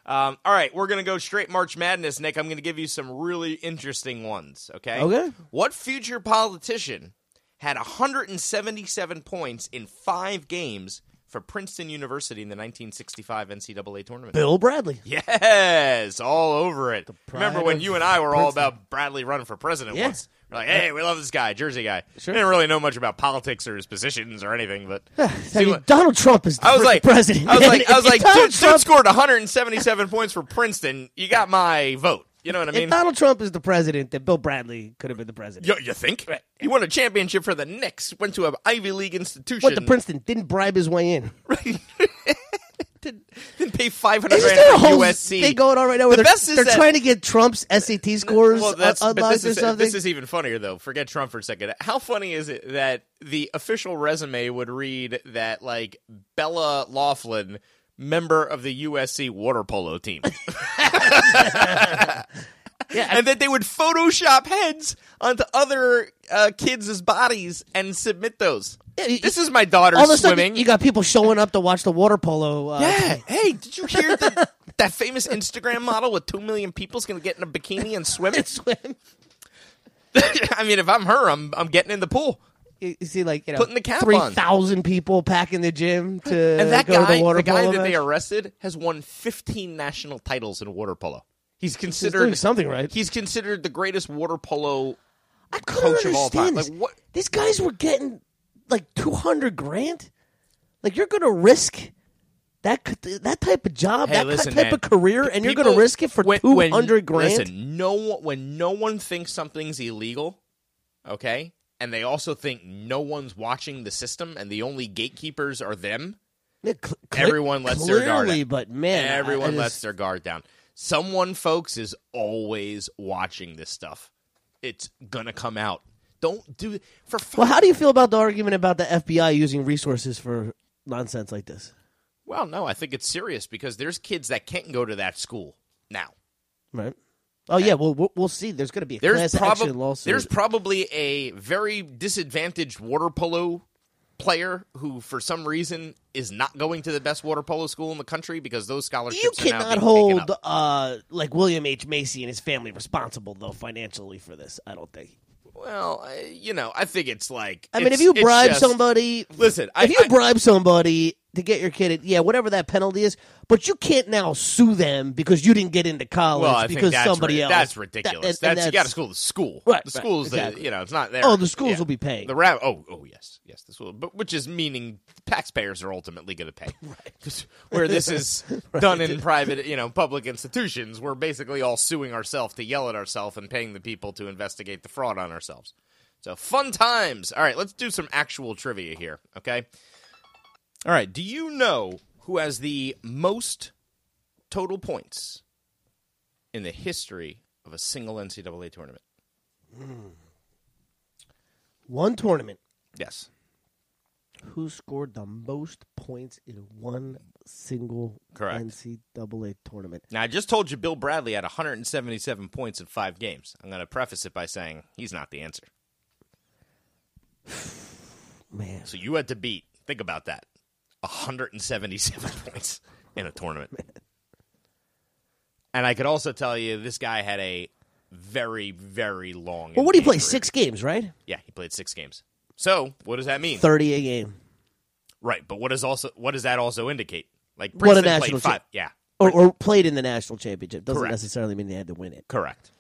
Speaker 3: Um, all right, we're going to go straight March Madness, Nick. I'm going to give you some really interesting ones, okay?
Speaker 4: Okay.
Speaker 3: What future politician had 177 points in five games for Princeton University in the 1965 NCAA tournament?
Speaker 4: Bill Bradley.
Speaker 3: Yes, all over it. Remember when
Speaker 4: of
Speaker 3: you and I were all about Bradley running for president
Speaker 4: Yeah.
Speaker 3: once? We're like, hey, we love this guy, Jersey guy.
Speaker 4: Sure.
Speaker 3: Didn't really know much about politics or his positions or anything,
Speaker 4: <sighs>
Speaker 3: but
Speaker 4: I
Speaker 3: See,
Speaker 4: mean,
Speaker 3: what-
Speaker 4: Donald Trump is the
Speaker 3: I was
Speaker 4: freaking
Speaker 3: like,
Speaker 4: president.
Speaker 3: I was
Speaker 4: man.
Speaker 3: like, I was
Speaker 4: <laughs> If
Speaker 3: like, dude,
Speaker 4: Donald
Speaker 3: dude
Speaker 4: Trump,
Speaker 3: scored 177 points for Princeton. You got my vote. You know what I
Speaker 4: if
Speaker 3: mean?
Speaker 4: Donald Trump is the president, then Bill Bradley could have been the president.
Speaker 3: You, you think? He won a championship for the Knicks. Went to an Ivy League institution.
Speaker 4: What the Princeton didn't bribe his way in.
Speaker 3: didn't, didn't pay 500
Speaker 4: Is
Speaker 3: grand
Speaker 4: there a
Speaker 3: for
Speaker 4: whole
Speaker 3: USC.
Speaker 4: thing going on right now? Where
Speaker 3: The
Speaker 4: they're
Speaker 3: best is
Speaker 4: they're
Speaker 3: that-
Speaker 4: trying to get Trump's SAT scores
Speaker 3: Well, that's
Speaker 4: un-
Speaker 3: but
Speaker 4: unlocked
Speaker 3: this is
Speaker 4: or uh, something.
Speaker 3: this is even funnier though. Forget Trump for a second. How funny is it that the official resume would read that like Bella Laughlin, member of the USC water polo team, and that they would Photoshop heads onto other uh, kids' bodies and submit those.
Speaker 4: Yeah, you-
Speaker 3: this is my daughter
Speaker 4: All of a
Speaker 3: swimming.
Speaker 4: sudden, you got people showing up to watch the water polo. Uh, <laughs>
Speaker 3: yeah. Hey, did you hear that that famous Instagram model with two million people's gonna get in a bikini and
Speaker 4: <laughs>
Speaker 3: swim?
Speaker 4: swim.
Speaker 3: <laughs> I mean, if I'm her, I'm I'm getting in the pool.
Speaker 4: You you see, like you know,
Speaker 3: Putting the cap on.
Speaker 4: three thousand people packing the gym to
Speaker 3: And that
Speaker 4: go
Speaker 3: guy,
Speaker 4: to the water
Speaker 3: the guy
Speaker 4: polo.
Speaker 3: that they
Speaker 4: match.
Speaker 3: arrested, has won 15 national titles in water polo. He's
Speaker 4: He's
Speaker 3: considered
Speaker 4: doing something right.
Speaker 3: He's considered the greatest water polo.
Speaker 4: I couldn't
Speaker 3: coach of all
Speaker 4: understand
Speaker 3: time.
Speaker 4: this.
Speaker 3: Like, what-
Speaker 4: These guys were getting like two hundred grand. Like you're going to risk that c- that type of job,
Speaker 3: Hey,
Speaker 4: that
Speaker 3: listen,
Speaker 4: type of
Speaker 3: man.
Speaker 4: career, and you're going to
Speaker 3: People-
Speaker 4: risk it for
Speaker 3: when-
Speaker 4: two
Speaker 3: when-
Speaker 4: hundred grand.
Speaker 3: Listen, no one when no one thinks something's illegal, okay, and they also think no one's watching the system, and the only gatekeepers are them.
Speaker 4: Yeah, cl- cl-
Speaker 3: Everyone lets their guard
Speaker 4: clearly,
Speaker 3: up.
Speaker 4: But man, I- I
Speaker 3: Everyone
Speaker 4: just-
Speaker 3: lets their guard down. Someone, folks, is always watching this stuff. It's gonna come out. Don't do it for.
Speaker 4: Well, how do you feel about the argument about the FBI using resources for nonsense like this?
Speaker 3: Well, no, I think it's serious because there's kids that can't go to that school now.
Speaker 4: Right. Oh yeah, well we'll, we'll see. There's going to be a
Speaker 3: There's,
Speaker 4: class
Speaker 3: prob-
Speaker 4: action lawsuit.
Speaker 3: there's probably a very disadvantaged water polo player who, for some reason, is not going to the best water polo school in the country because those scholarships
Speaker 4: you
Speaker 3: are now
Speaker 4: cannot
Speaker 3: being
Speaker 4: hold
Speaker 3: taken up.
Speaker 4: uh, like William H Macy and his family responsible though financially for this. I don't think.
Speaker 3: Well, uh, you know, I think it's like.
Speaker 4: I mean,
Speaker 3: it's-
Speaker 4: if you
Speaker 3: it's
Speaker 4: bribe
Speaker 3: just-
Speaker 4: somebody,
Speaker 3: Listen, I-
Speaker 4: if you
Speaker 3: I-
Speaker 4: bribe somebody to get your kid, at, yeah, whatever that penalty is, but you can't now sue them because you didn't get into college
Speaker 3: Well, I think
Speaker 4: because
Speaker 3: that's
Speaker 4: somebody
Speaker 3: ri-
Speaker 4: else.
Speaker 3: That's
Speaker 4: That-
Speaker 3: ridiculous.
Speaker 4: and- and
Speaker 3: that's, you got to
Speaker 4: that's-
Speaker 3: school the school.
Speaker 4: Right,
Speaker 3: the
Speaker 4: right,
Speaker 3: schools, the-
Speaker 4: exactly.
Speaker 3: you know, it's not there.
Speaker 4: Oh, the schools
Speaker 3: Yeah.
Speaker 4: will be paying.
Speaker 3: The rab- Oh, oh yes, yes, the school. But which is meaning taxpayers are ultimately going to pay.
Speaker 4: <laughs>
Speaker 3: <laughs> right. Where this is done in private, you know, public institutions, we're basically all suing ourselves to yell at ourselves and paying the people to investigate the fraud on ourselves. So fun times. All right, let's do some actual trivia here. Okay. All right. Do you know who has the most total points in the history of a single NCAA tournament?
Speaker 4: one tournament.
Speaker 3: Yes.
Speaker 4: who scored the most points in one single
Speaker 3: Correct.
Speaker 4: NCAA tournament.
Speaker 3: Now, I just told you Bill Bradley had 177 points in five games. I'm going to preface it by saying he's not the answer.
Speaker 4: Man,
Speaker 3: So you had to beat, think about that, 177 <laughs> points in a tournament. And I could also tell you this guy had a very, very long.
Speaker 4: Well, what do you
Speaker 3: NBA
Speaker 4: play?
Speaker 3: career.
Speaker 4: Six games, right?
Speaker 3: Yeah, he played six games. So what does that mean?
Speaker 4: Thirty a game,
Speaker 3: Right, but what does also what does that also indicate? Like
Speaker 4: What a
Speaker 3: Princeton
Speaker 4: national
Speaker 3: played five. Yeah,
Speaker 4: or, or played in the national championship. Doesn't
Speaker 3: Correct.
Speaker 4: necessarily mean they had to win it.
Speaker 3: correct.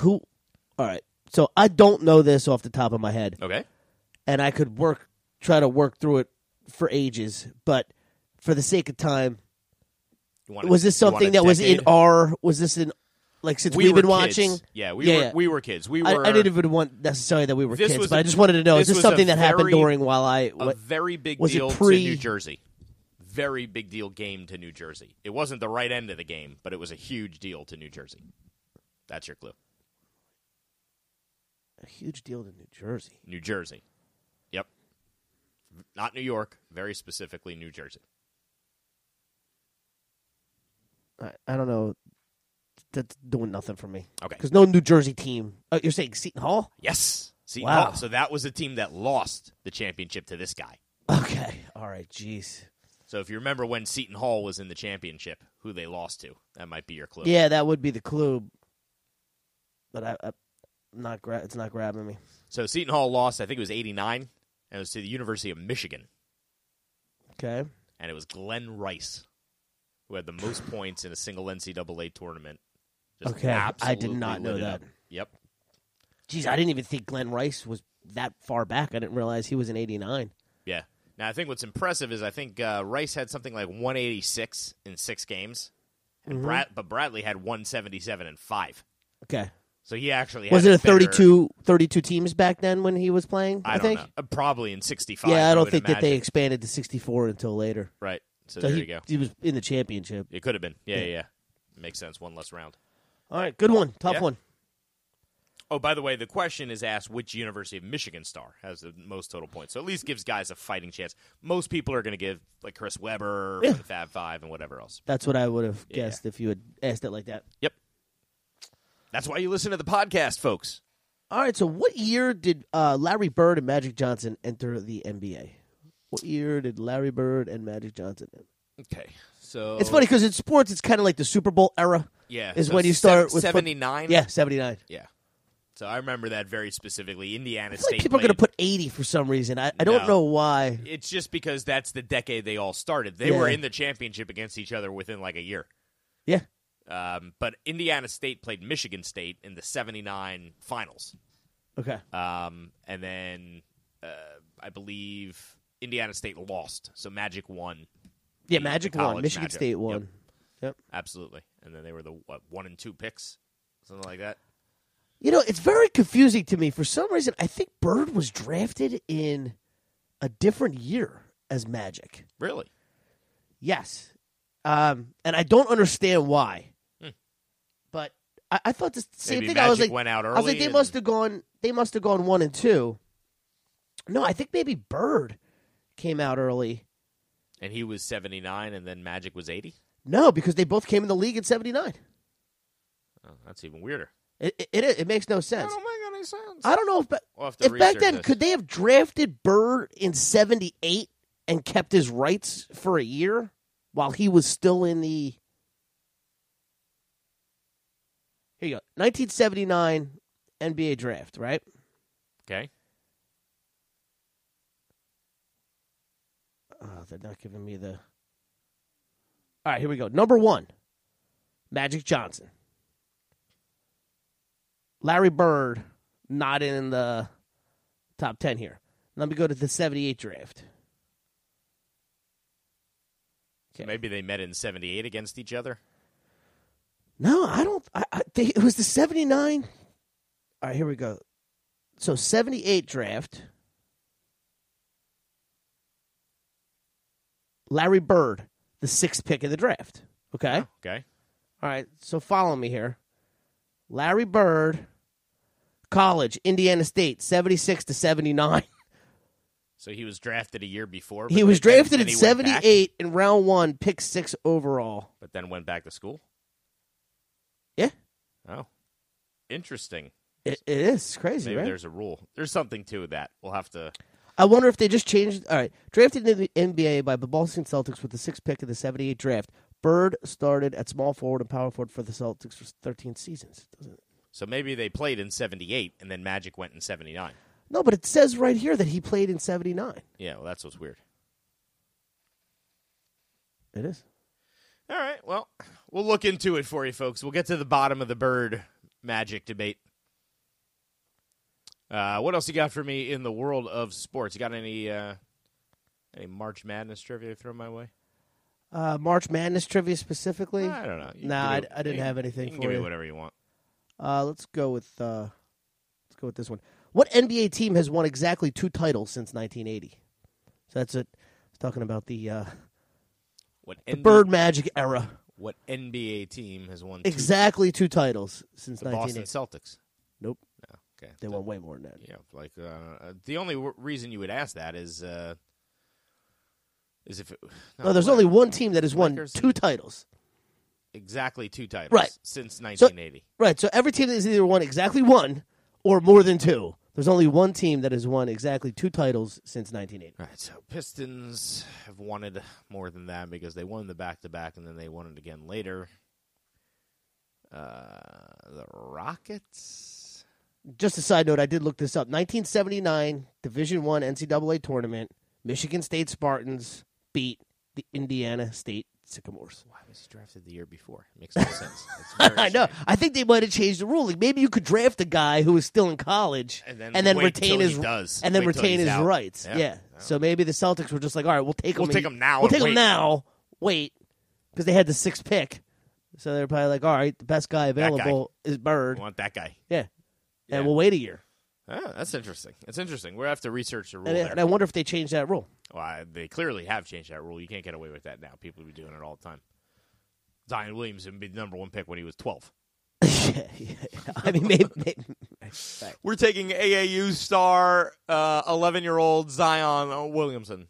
Speaker 4: Who? All right. So I don't know this off the top of my head,
Speaker 3: Okay.
Speaker 4: and I could work try to work through it for ages, but for the sake of time,
Speaker 3: You want a-
Speaker 4: was this
Speaker 3: you want a
Speaker 4: something that was in
Speaker 3: decade?
Speaker 4: our? Was this in like since
Speaker 3: We
Speaker 4: have
Speaker 3: were
Speaker 4: been
Speaker 3: kids.
Speaker 4: watching?
Speaker 3: Yeah, we were we were kids. We
Speaker 4: I,
Speaker 3: were
Speaker 4: I didn't even want necessarily that we were
Speaker 3: This
Speaker 4: kids,
Speaker 3: was
Speaker 4: but
Speaker 3: a-
Speaker 4: I just wanted to know:
Speaker 3: this
Speaker 4: is this
Speaker 3: was a
Speaker 4: something that happened
Speaker 3: very-
Speaker 4: during while I?
Speaker 3: a
Speaker 4: what-
Speaker 3: very big
Speaker 4: was it
Speaker 3: deal
Speaker 4: pre-
Speaker 3: to New Jersey. Very big deal game to New Jersey. It wasn't the right end of the game, but it was a huge deal to New Jersey. That's your clue.
Speaker 4: a huge deal to New Jersey.
Speaker 3: New Jersey. Yep. Not New York, very specifically New Jersey.
Speaker 4: I, I don't know. That's doing nothing for me.
Speaker 3: Okay.
Speaker 4: Because no New Jersey team. Oh, you're saying Seton Hall?
Speaker 3: Yes. See,
Speaker 4: Wow.
Speaker 3: oh, so that was a team that lost the championship to this guy.
Speaker 4: Okay. All right. Jeez.
Speaker 3: So if you remember when Seton Hall was in the championship, who they lost to, that might be your clue.
Speaker 4: Yeah, that would be the clue. But I, I not gra- it's not grabbing me.
Speaker 3: So Seton Hall lost, I think it was 89, and it was to the University of Michigan.
Speaker 4: Okay.
Speaker 3: and it was Glenn Rice who had the
Speaker 4: <sighs>
Speaker 3: most points in a single NCAA tournament. Just
Speaker 4: Okay, I did
Speaker 3: absolutely
Speaker 4: not know
Speaker 3: lit it
Speaker 4: that.
Speaker 3: up. Yep,
Speaker 4: Jeez, I didn't even think Glenn Rice was that far back. I didn't realize he was in '89.
Speaker 3: yeah. Now I think what's impressive is I think uh, Rice had something like 186 in six games, and
Speaker 4: Mm-hmm.
Speaker 3: Brad, but Bradley had 177 in five.
Speaker 4: Okay.
Speaker 3: So he actually
Speaker 4: Was
Speaker 3: had
Speaker 4: it a
Speaker 3: better-
Speaker 4: 32, 32 teams back then when he was playing?
Speaker 3: I,
Speaker 4: I,
Speaker 3: don't
Speaker 4: think.
Speaker 3: know. Uh, probably in 65.
Speaker 4: Yeah, I don't
Speaker 3: would
Speaker 4: think that they
Speaker 3: imagine.
Speaker 4: expanded to 64 until later.
Speaker 3: Right. So,
Speaker 4: So
Speaker 3: there
Speaker 4: he,
Speaker 3: you go.
Speaker 4: he was in the championship.
Speaker 3: It could have been. Yeah, yeah, yeah. Makes sense. One less round.
Speaker 4: All right, good one. Tough
Speaker 3: Yeah.
Speaker 4: one.
Speaker 3: Oh, by the way, the question is asked which University of Michigan star has the most total points. So at least gives guys a fighting chance. Most people are going to give like Chris Webber
Speaker 4: Yeah.
Speaker 3: for the Fab Five and whatever else.
Speaker 4: That's what I would have
Speaker 3: Yeah.
Speaker 4: guessed if you had asked it like that.
Speaker 3: Yep. That's why you listen to the podcast, folks.
Speaker 4: All right, so what year did uh, Larry Bird and Magic Johnson enter the NBA? What year did Larry Bird and Magic Johnson? Enter?
Speaker 3: Okay. So
Speaker 4: It's funny because in sports, it's kind of like the Super Bowl era.
Speaker 3: Oh. Yeah.
Speaker 4: is
Speaker 3: so
Speaker 4: when you start
Speaker 3: sev-
Speaker 4: with foot-
Speaker 3: 79.
Speaker 4: Yeah, seventy nine.
Speaker 3: Yeah. So I remember that very specifically. Indiana
Speaker 4: It's
Speaker 3: State.
Speaker 4: like people are going to
Speaker 3: played-
Speaker 4: put eighty for some reason. I, I don't
Speaker 3: No.
Speaker 4: know why.
Speaker 3: It's just because that's the decade they all started. They were
Speaker 4: Yeah.
Speaker 3: in the championship against each other within like a year.
Speaker 4: Yeah,
Speaker 3: Um, but Indiana State played Michigan State in the 79 finals.
Speaker 4: okay.
Speaker 3: Um, and then uh, I believe Indiana State lost, so Magic won.
Speaker 4: Yeah, Magic
Speaker 3: college
Speaker 4: won. Michigan
Speaker 3: Magic.
Speaker 4: State
Speaker 3: Yep.
Speaker 4: won. Yep.
Speaker 3: Absolutely, and then they were the what, one and two picks, something like that.
Speaker 4: You know, it's very confusing to me. For some reason, I think Bird was drafted in a different year as Magic.
Speaker 3: Really?
Speaker 4: Yes. Um, and I don't understand why. But I, I thought the same
Speaker 3: Hmm. Maybe
Speaker 4: thing.
Speaker 3: Magic
Speaker 4: I was like,
Speaker 3: went out early.
Speaker 4: I was like, they
Speaker 3: and-
Speaker 4: must have gone. They must have gone one and two. No, I think maybe Bird came out early.
Speaker 3: and he was seventy nine, and then Magic was eighty.
Speaker 4: No, because they both came in the league in '79.
Speaker 3: Oh, that's even weirder.
Speaker 4: It, it, it it makes no sense.
Speaker 3: make any sense.
Speaker 4: I don't know if ba-
Speaker 3: We'll have to
Speaker 4: if back
Speaker 3: research
Speaker 4: then
Speaker 3: this.
Speaker 4: could they have drafted Bird in '78 and kept his rights for a year while he was still in the. Here you go, 1979 NBA draft, right?
Speaker 3: Okay.
Speaker 4: Oh, they're not giving me the. All right, here we go. Number one, Magic Johnson. Larry Bird, not in the top 10 here. Let me go to the 78 draft. Okay.
Speaker 3: Maybe they met in seventy eight against each other.
Speaker 4: No, I don't. I, I, they, it was the 79. All right, here we go. So 78 draft. Larry Bird, the sixth pick in the draft. Okay.
Speaker 3: Okay.
Speaker 4: All right, so follow me here. Larry Bird, college, Indiana State, 76
Speaker 3: <laughs>
Speaker 4: to 79.
Speaker 3: So he was drafted a year before. but
Speaker 4: He was
Speaker 3: then-
Speaker 4: drafted
Speaker 3: then
Speaker 4: in
Speaker 3: he went back,
Speaker 4: 78 in round one, pick six overall.
Speaker 3: but then went back to school.
Speaker 4: Yeah,
Speaker 3: Oh, interesting.
Speaker 4: it, it is crazy,
Speaker 3: Maybe
Speaker 4: right?
Speaker 3: there's a rule. There's something to that. We'll have to.
Speaker 4: I wonder if they just changed. All right, drafted in the NBA by the Boston Celtics with the sixth pick of the 78 draft. Bird started at small forward and power forward for the Celtics for 13 seasons. It doesn't-
Speaker 3: So maybe they played in 78 and then Magic went in 79.
Speaker 4: No, but it says right here that he played in 79.
Speaker 3: Yeah, well, that's what's weird.
Speaker 4: It is.
Speaker 3: All right. Well, we'll look into it for you, folks. We'll get to the bottom of the bird magic debate. Uh, what else you got for me in the world of sports? You got any uh, any March Madness trivia to throw my way?
Speaker 4: Uh, March Madness trivia specifically.
Speaker 3: I don't know. You
Speaker 4: Nah,
Speaker 3: can
Speaker 4: I,
Speaker 3: give me-
Speaker 4: I didn't
Speaker 3: you-
Speaker 4: have anything
Speaker 3: You can
Speaker 4: for
Speaker 3: give
Speaker 4: you.
Speaker 3: me whatever you want.
Speaker 4: Uh, let's go with uh, let's go with this one. What NBA team has won exactly two titles since 1980? So that's it. It's talking about the uh,
Speaker 3: What
Speaker 4: the
Speaker 3: NBA
Speaker 4: Bird Magic era.
Speaker 3: What NBA team has won two-
Speaker 4: Exactly two titles since
Speaker 3: the Boston
Speaker 4: 1980.
Speaker 3: Celtics?
Speaker 4: Nope,
Speaker 3: Okay.
Speaker 4: they won way more than that.
Speaker 3: Yeah, like uh, the only w- reason you would ask that is uh, is if it, <sighs>
Speaker 4: No, there's only one team that has won
Speaker 3: Lakers and-
Speaker 4: two titles.
Speaker 3: exactly two titles
Speaker 4: Right.
Speaker 3: since 1980.
Speaker 4: Right. So every team has either won exactly one or more than two. There's only one team that has won exactly two titles since 1980.
Speaker 3: All right, so Pistons have wanted more than that because they won the back to back and then they won it again later. Uh, the Rockets.
Speaker 4: just a side note, I did look this up. 1979 Division One NCAA tournament. Michigan State Spartans beat the Indiana State Sycamores.
Speaker 3: Why was he drafted the year before? Makes
Speaker 4: <laughs>
Speaker 3: no sense. It's very
Speaker 4: I know.
Speaker 3: strange.
Speaker 4: I think they might have changed the ruling. Maybe you could draft a guy who is still in college
Speaker 3: And then wait
Speaker 4: retain
Speaker 3: till
Speaker 4: his
Speaker 3: he does.
Speaker 4: and then
Speaker 3: Wait till
Speaker 4: retain
Speaker 3: he's
Speaker 4: his
Speaker 3: out.
Speaker 4: rights.
Speaker 3: Yeah.
Speaker 4: Yeah.
Speaker 3: Yeah.
Speaker 4: So maybe the Celtics were just like, all right, we'll take
Speaker 3: We'll
Speaker 4: him.
Speaker 3: take him now
Speaker 4: We'll
Speaker 3: and
Speaker 4: take
Speaker 3: wait."
Speaker 4: him now. Wait, because they had the sixth pick. So they're probably like, all right, the best guy
Speaker 3: guy.
Speaker 4: available is Bird.
Speaker 3: I want that guy.
Speaker 4: Yeah.
Speaker 3: Yeah.
Speaker 4: And we'll wait a year.
Speaker 3: Ah, that's interesting. That's interesting. We're gonna have to research the rule
Speaker 4: And,
Speaker 3: there.
Speaker 4: and I wonder if they changed that rule. <laughs>
Speaker 3: Well, I- they clearly have changed that rule. You can't get away with that now. People be doing it all the time. Zion Williams would be the number one pick when he was 12.
Speaker 4: yeah, yeah, yeah. I
Speaker 3: <laughs>
Speaker 4: mean, maybe, maybe
Speaker 3: We're taking AAU star, 11 year old Zion Williamson.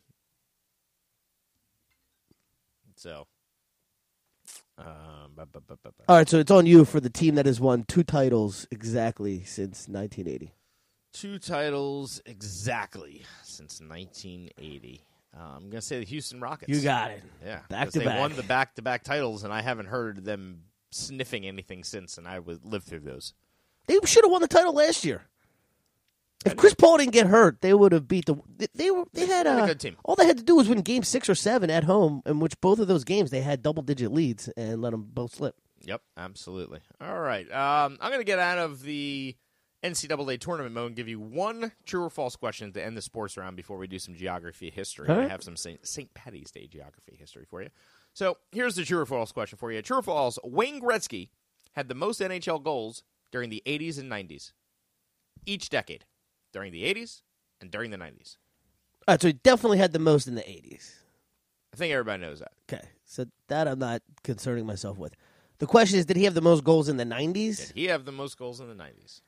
Speaker 3: So. Um, bu- bu- bu- bu- bu-
Speaker 4: all right. So it's on you for the team that has won two titles exactly since 1980.
Speaker 3: Two titles exactly since 1980. Uh, I'm going to say the Houston Rockets.
Speaker 4: You got it.
Speaker 3: Yeah,
Speaker 4: Back
Speaker 3: 'cause
Speaker 4: to
Speaker 3: they
Speaker 4: back.
Speaker 3: won the back-to-back titles, and I haven't heard them sniffing anything since. And I would live through those.
Speaker 4: They should have won the title last year. If Chris Paul didn't get hurt, they would have beat the. They, they were. They had
Speaker 3: They're
Speaker 4: uh,
Speaker 3: a good team.
Speaker 4: All they had to do was win game six or seven at home, in which both of those games they had double digit leads and let them both slip.
Speaker 3: Yep, absolutely. All right, um, I'm going to get out of the NCAA tournament mode and give you one true or false question to end the sports round before we do some geography history.
Speaker 4: All
Speaker 3: I
Speaker 4: right.
Speaker 3: have some Saint, Saint Patty's Day geography history for you. So here's the true or false question for you. True or false? Wayne Gretzky had the most NHL goals during the 80s and 90s, each decade, during the 80s and during the 90s.
Speaker 4: All right. So he definitely had the most in the 80s.
Speaker 3: I think everybody knows that.
Speaker 4: Okay. So that I'm not concerning myself with. The question is, did he have the most goals in the 90s?
Speaker 3: Did he have the most goals in the 90s?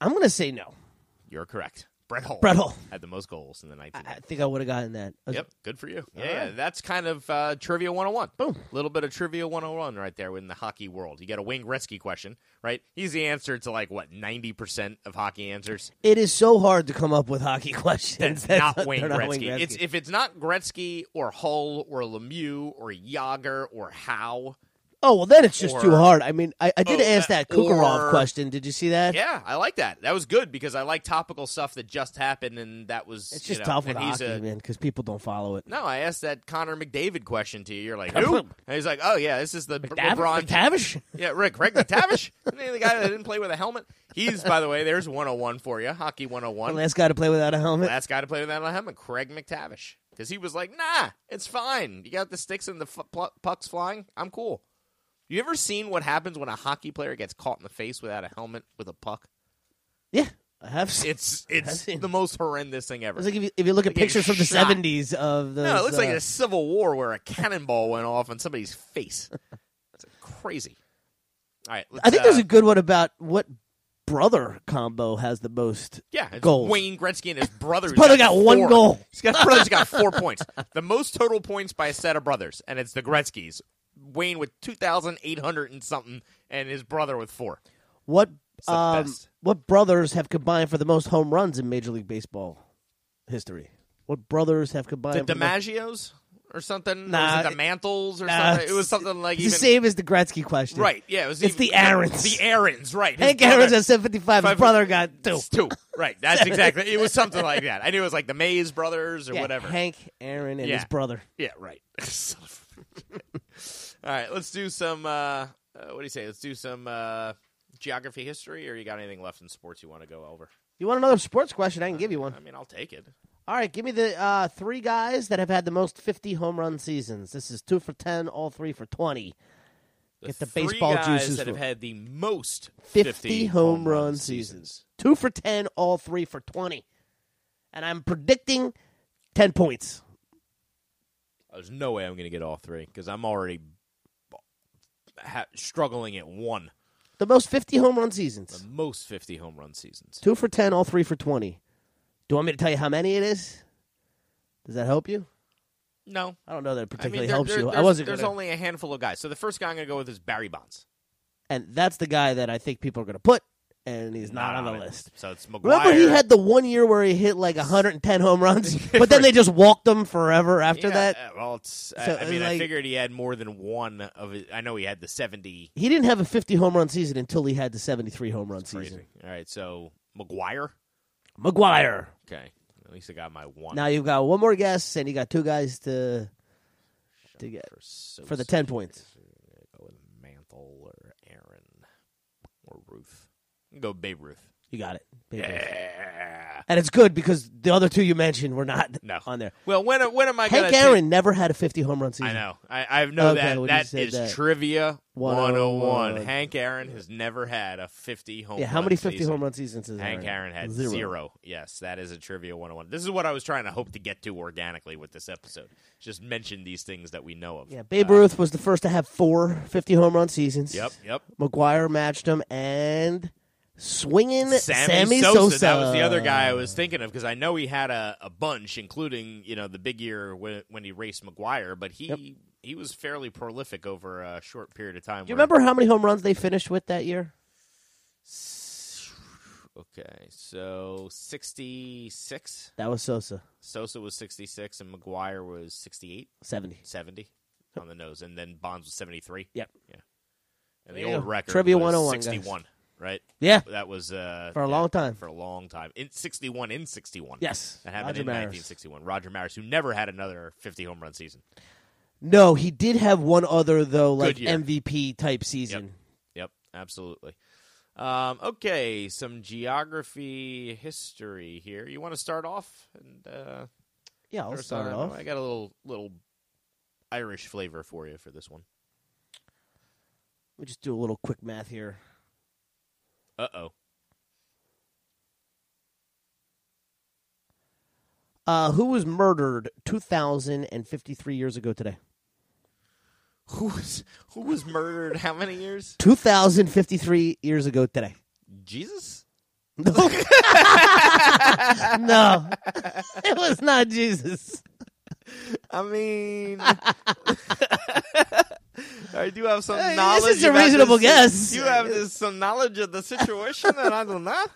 Speaker 4: I'm gonna say no.
Speaker 3: You're correct. Brett Hull,
Speaker 4: Brett Hull. Uh,
Speaker 3: had the most goals in the 1990s.
Speaker 4: I I think I would have gotten that.
Speaker 3: Yep, good for you. Yeah,
Speaker 4: right.
Speaker 3: yeah, that's kind of uh, trivia 101.
Speaker 4: Boom.
Speaker 3: A little bit of trivia 101 right there in the hockey world. You got a Wayne Gretzky question, right? He's the answer to like what 90% of hockey
Speaker 4: <laughs>
Speaker 3: answers.
Speaker 4: It is so hard to come up with hockey <laughs> questions.
Speaker 3: It's
Speaker 4: That's
Speaker 3: not
Speaker 4: they're
Speaker 3: Wayne Gretzky.
Speaker 4: not
Speaker 3: It's if it's not Gretzky or Hull or Lemieux or Yager or Howe.
Speaker 4: oh well, then it's just too
Speaker 3: or-
Speaker 4: hard. I mean, I, I did
Speaker 3: Oh,
Speaker 4: ask
Speaker 3: uh,
Speaker 4: that Kukarov
Speaker 3: or-
Speaker 4: question. Did you see that?
Speaker 3: Yeah, I like that. That was good because I like topical stuff that just happened and that was
Speaker 4: it's
Speaker 3: you
Speaker 4: just
Speaker 3: know,
Speaker 4: tough with
Speaker 3: and he's
Speaker 4: hockey,
Speaker 3: a-
Speaker 4: man, because people don't follow it.
Speaker 3: No, I asked that Connor McDavid question to you. You're like, who? And he's like, oh yeah, this is the
Speaker 4: Dav-
Speaker 3: LeBron
Speaker 4: <laughs> McTavish?
Speaker 3: Yeah, Rick, Craig
Speaker 4: <laughs>
Speaker 3: McTavish, Isn't he the guy that didn't play with a helmet. He's, by the way, there's 101 for you, hockey 101.
Speaker 4: The last guy to play without a helmet.
Speaker 3: Last guy to play without a helmet, Craig McTavish, because he was like, "Nah, it's fine. You got the sticks and the f- pl- pucks flying. I'm cool." You ever seen what happens when a hockey player gets caught in the face without a helmet with a puck?
Speaker 4: yeah, I have seen.
Speaker 3: It's it's
Speaker 4: seen.
Speaker 3: the most horrendous thing ever.
Speaker 4: It's like if you, if you look at
Speaker 3: Like getting
Speaker 4: pictures from the
Speaker 3: shot.
Speaker 4: '70s of uh, the.
Speaker 3: No, it looks like a civil war where a cannonball went off on somebody's face. It's crazy. All right, let's,
Speaker 4: I think there's
Speaker 3: uh,
Speaker 4: a good one about what brother combo has the most.
Speaker 3: yeah. It's
Speaker 4: goals.
Speaker 3: Wayne Gretzky
Speaker 4: <laughs>
Speaker 3: and his brother. who's
Speaker 4: brother got one
Speaker 3: four. <laughs>
Speaker 4: goal.
Speaker 3: He's got brother's got
Speaker 4: <laughs>
Speaker 3: four points. The most total points by a set of brothers, and it's the Gretzky's. Wayne with two thousand eight hundred and something, and his brother with four.
Speaker 4: What
Speaker 3: the
Speaker 4: um,
Speaker 3: best.
Speaker 4: what brothers have combined for the most home runs in Major League Baseball history? What brothers have combined?
Speaker 3: The
Speaker 4: for the most-
Speaker 3: DiMaggio's or something?
Speaker 4: Nah,
Speaker 3: Or was it
Speaker 4: it-
Speaker 3: the Mantles or
Speaker 4: Uh,
Speaker 3: something? It
Speaker 4: <laughs>
Speaker 3: was something like
Speaker 4: it's
Speaker 3: even
Speaker 4: the same as the Gretzky question.
Speaker 3: right. Yeah, it was.
Speaker 4: It's
Speaker 3: even-
Speaker 4: the Aarons.
Speaker 3: The Aarons, right? His
Speaker 4: Hank Aaron's
Speaker 3: brother-
Speaker 4: at 755. His
Speaker 3: Five-
Speaker 4: brother got two.
Speaker 3: It's two. Right.
Speaker 4: <laughs>
Speaker 3: That's exactly. It was something like that. I knew it was like the Mays brothers or
Speaker 4: Yeah,
Speaker 3: whatever.
Speaker 4: Hank Aaron and
Speaker 3: Yeah.
Speaker 4: his brother.
Speaker 3: Yeah, right. <laughs> Son of a- All right, let's do some. Uh, uh, what do you say? Let's do some uh, geography, history, or you got anything left in sports you want to go over?
Speaker 4: You want another sports question? I can give you one.
Speaker 3: I mean, I'll take it.
Speaker 4: All right, give me the uh, three guys that have had the most 50 home run seasons. This is two for 10, all three for 20. Get the
Speaker 3: three
Speaker 4: baseball
Speaker 3: guys
Speaker 4: juices
Speaker 3: that have
Speaker 4: ro-
Speaker 3: had the most
Speaker 4: 50, home, run, seasons. Two for 10, all three for 20. And I'm predicting 10 points.
Speaker 3: There's no way I'm going to get all three because I'm already b- ha- struggling at one.
Speaker 4: The most 50 home run
Speaker 3: The
Speaker 4: seasons.
Speaker 3: most 50 home run seasons.
Speaker 4: Two for 10, all three for 20. Do you want me to tell you how many it is? Does that help you?
Speaker 3: No,
Speaker 4: I don't know that it
Speaker 3: I
Speaker 4: particularly
Speaker 3: mean, there-
Speaker 4: helps
Speaker 3: there-
Speaker 4: you. I
Speaker 3: there's-
Speaker 4: wasn't
Speaker 3: There's
Speaker 4: gonna-
Speaker 3: only a handful of guys. So the first guy I'm going to go with is Barry Bonds.
Speaker 4: And that's the guy that I think people are going to put, and he's not, on the
Speaker 3: it.
Speaker 4: list.
Speaker 3: So it's McGuire.
Speaker 4: Remember, he had the one year where he hit like 110
Speaker 3: <laughs>
Speaker 4: home runs, but then they just walked him forever after
Speaker 3: Yeah,
Speaker 4: that.
Speaker 3: uh, Well, it's. I-
Speaker 4: So,
Speaker 3: I, mean, I
Speaker 4: like-
Speaker 3: figured he had more than one of. His, I know he had the seventy.
Speaker 4: He didn't have a 50 home run season until he had the 73 home run season.
Speaker 3: Crazy. All right, so McGuire.
Speaker 4: McGuire.
Speaker 3: Okay, at least I got my one.
Speaker 4: Now you've got one more guess, and you got two guys to to get
Speaker 3: so
Speaker 4: for the 10 points.
Speaker 3: Go with Mantle or Aaron or Ruth. I'm gonna Go Babe Ruth.
Speaker 4: You got it. Babe Ruth.
Speaker 3: Yeah.
Speaker 4: And it's good because the other two you mentioned were not
Speaker 3: No.
Speaker 4: on there.
Speaker 3: Well, when when am I
Speaker 4: Hank
Speaker 3: gonna?
Speaker 4: Aaron never had a 50 home run season.
Speaker 3: I know. I, I know
Speaker 4: Okay,
Speaker 3: that
Speaker 4: when you
Speaker 3: that
Speaker 4: said
Speaker 3: is
Speaker 4: that.
Speaker 3: trivia
Speaker 4: 101.
Speaker 3: 101. Hank Aaron has never had a 50 home
Speaker 4: Yeah, how
Speaker 3: run
Speaker 4: many 50
Speaker 3: season.
Speaker 4: home run seasons is
Speaker 3: Hank Aaron had zero. Yes, that is a trivia 101. This is what I was trying to hope to get to organically with this episode. Just mention these things that we know of.
Speaker 4: Yeah, Babe Ruth was the first to have four 50 home run seasons.
Speaker 3: Uh, Yep, yep.
Speaker 4: McGuire matched him, and swinging
Speaker 3: Sammy, Sosa, That was the other guy I was thinking of because I know he had a, a bunch, including you know the big year when, when he raced McGuire. But he he was fairly prolific over a short period of time.
Speaker 4: Do you
Speaker 3: where-
Speaker 4: remember how many home runs they finished with that year?
Speaker 3: Okay, so sixty six.
Speaker 4: That was Sosa,
Speaker 3: Sosa was sixty six, and McGuire was 68,
Speaker 4: 70.
Speaker 3: 70 on the nose, and then Bonds was seventy three.
Speaker 4: Yep.
Speaker 3: And the
Speaker 4: Yeah.
Speaker 3: old record
Speaker 4: Trivia
Speaker 3: was
Speaker 4: 101, guys.
Speaker 3: 61, right?
Speaker 4: Yeah.
Speaker 3: That was uh,
Speaker 4: For a
Speaker 3: yeah,
Speaker 4: long time.
Speaker 3: For a long time. In 61 in 61.
Speaker 4: Yes.
Speaker 3: That happened
Speaker 4: Roger
Speaker 3: in
Speaker 4: Maris.
Speaker 3: 1961. Roger Maris, who never had another 50 home run season.
Speaker 4: No, he did have one other, though, like
Speaker 3: Good year.
Speaker 4: MVP type season.
Speaker 3: Yep, absolutely. Um, okay, some geography history here. You want to start off? And uh,
Speaker 4: Yeah, I'll
Speaker 3: first
Speaker 4: start it
Speaker 3: on-
Speaker 4: off.
Speaker 3: I got a little little Irish flavor for you for this one.
Speaker 4: Let me just do a little quick math here.
Speaker 3: Uh oh.
Speaker 4: Uh, who was murdered 2,053 years ago today?
Speaker 3: <laughs> Who was who was murdered? How many years?
Speaker 4: 2,053 years ago <laughs> today.
Speaker 3: Jesus.
Speaker 4: No.
Speaker 3: <laughs>
Speaker 4: no. It was not Jesus.
Speaker 3: I mean, <laughs> I do have some
Speaker 4: Hey, this
Speaker 3: knowledge.
Speaker 4: is a
Speaker 3: about
Speaker 4: reasonable
Speaker 3: this-
Speaker 4: guess.
Speaker 3: You have this, some knowledge of the situation that I do not,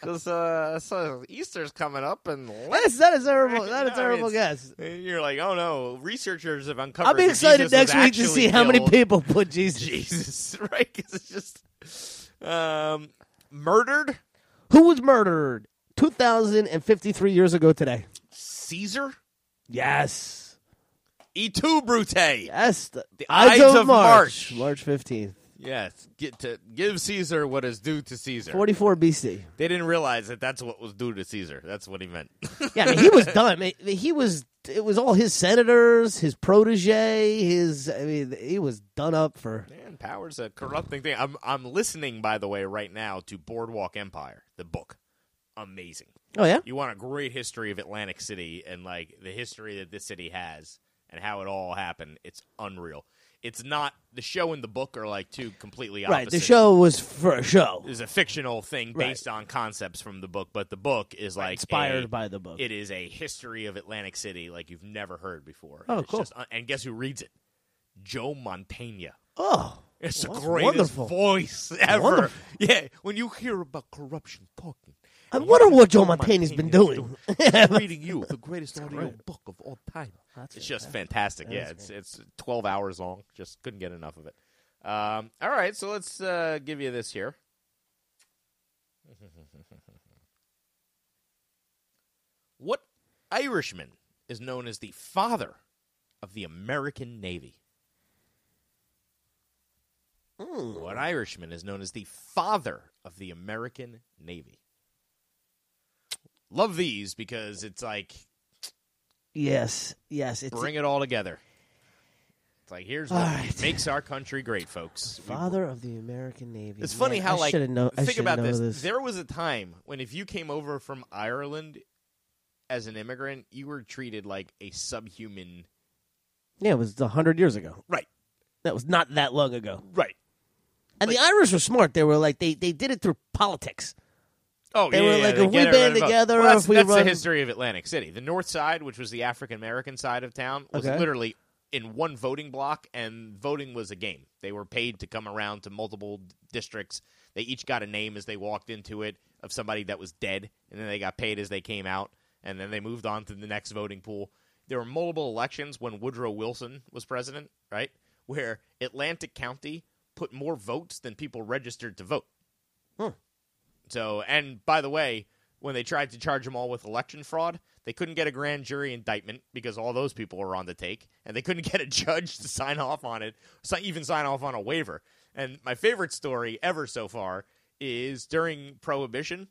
Speaker 3: because uh, so Easter's coming up, and
Speaker 4: That's not a terrible,
Speaker 3: Yeah,
Speaker 4: not a
Speaker 3: I mean,
Speaker 4: terrible
Speaker 3: it's-
Speaker 4: guess.
Speaker 3: and you're like, oh no, researchers have uncovered.
Speaker 4: I'll be
Speaker 3: that Jesus
Speaker 4: excited
Speaker 3: was
Speaker 4: next week to
Speaker 3: actually
Speaker 4: see how many
Speaker 3: killed.
Speaker 4: people put
Speaker 3: <laughs>
Speaker 4: Jesus.
Speaker 3: Jesus, right? Because it's just um, murdered
Speaker 4: Who was murdered 2,053 years ago today?
Speaker 3: Caesar,
Speaker 4: Yes.
Speaker 3: E tu Brute.
Speaker 4: Yes. The,
Speaker 3: Ides of March.
Speaker 4: March 15th,
Speaker 3: Yes, get to give Caesar what is due to Caesar.
Speaker 4: 44 BC.
Speaker 3: They didn't realize that that's what was due to Caesar. That's what he meant.
Speaker 4: Yeah, I mean, he was done. I mean, He was, it was all his senators, his protege, his, I mean, he was done up for.
Speaker 3: Man, power's a corrupting thing. I'm I'm listening, by the way, right now to Boardwalk Empire, the book. Amazing.
Speaker 4: Oh, yeah?
Speaker 3: You want a great history of Atlantic City and like the history that this city has and how it all happened. It's unreal. It's not the show and the book are like two completely opposite.
Speaker 4: Right. The show was for a show.
Speaker 3: is a fictional thing
Speaker 4: Right.
Speaker 3: based on concepts from the book, but the book is like
Speaker 4: inspired
Speaker 3: a-
Speaker 4: by the book.
Speaker 3: It is a history of Atlantic City like you've never heard before.
Speaker 4: Oh,
Speaker 3: It's
Speaker 4: cool.
Speaker 3: just- uh, and guess who reads it? Joe Montaigne.
Speaker 4: Oh.
Speaker 3: It's
Speaker 4: Well,
Speaker 3: the
Speaker 4: that's
Speaker 3: greatest
Speaker 4: wonderful.
Speaker 3: voice ever.
Speaker 4: Wonderful.
Speaker 3: Yeah, when you hear about corruption talking
Speaker 4: I wonder what Joe Montaigne's been doing.
Speaker 3: reading you
Speaker 4: <laughs>
Speaker 3: the greatest audio book of all time. it's just fantastic. yeah, it's it's twelve hours long. Just couldn't get enough of it. Um, all right, so let's uh, give you this here. <laughs> what Irishman is known as the father of the American Navy? What Irishman is known as the father of the American Navy? Love these because it's like
Speaker 4: yes, yes. It's
Speaker 3: bring it all together. It's like here's what
Speaker 4: All right.
Speaker 3: makes our country great, folks. We-
Speaker 4: father of the American Navy.
Speaker 3: It's funny
Speaker 4: Man,
Speaker 3: how
Speaker 4: I
Speaker 3: like
Speaker 4: shoulda know, I
Speaker 3: think
Speaker 4: shoulda
Speaker 3: about
Speaker 4: know
Speaker 3: this.
Speaker 4: this.
Speaker 3: There was a time when if you came over from Ireland as an immigrant, you were treated like a subhuman.
Speaker 4: Yeah, it was hundred years ago.
Speaker 3: Right.
Speaker 4: That was not that long ago.
Speaker 3: Right.
Speaker 4: And the Irish were smart. They were like they they did it through politics.
Speaker 3: Oh,
Speaker 4: They
Speaker 3: yeah,
Speaker 4: were
Speaker 3: yeah,
Speaker 4: like,
Speaker 3: they
Speaker 4: if we
Speaker 3: get
Speaker 4: band
Speaker 3: everybody to vote.
Speaker 4: together,
Speaker 3: Well, that's,
Speaker 4: if we
Speaker 3: that's the
Speaker 4: run-
Speaker 3: history of Atlantic City. The north side, which was the African American side of town, was
Speaker 4: Okay.
Speaker 3: literally in one voting block, and voting was a game. They were paid to come around to multiple d- districts. They each got a name as they walked into it of somebody that was dead, and then they got paid as they came out, and then they moved on to the next voting pool. There were multiple elections when Woodrow Wilson was president, right? Where Atlantic County put more votes than people registered to vote. So, and by the way, when they tried to charge them all with election fraud, they couldn't get a grand jury indictment because all those people were on the take, and they couldn't <laughs> get a judge to sign off on it, si- even sign off on a waiver. And my favorite story ever so far is during Prohibition,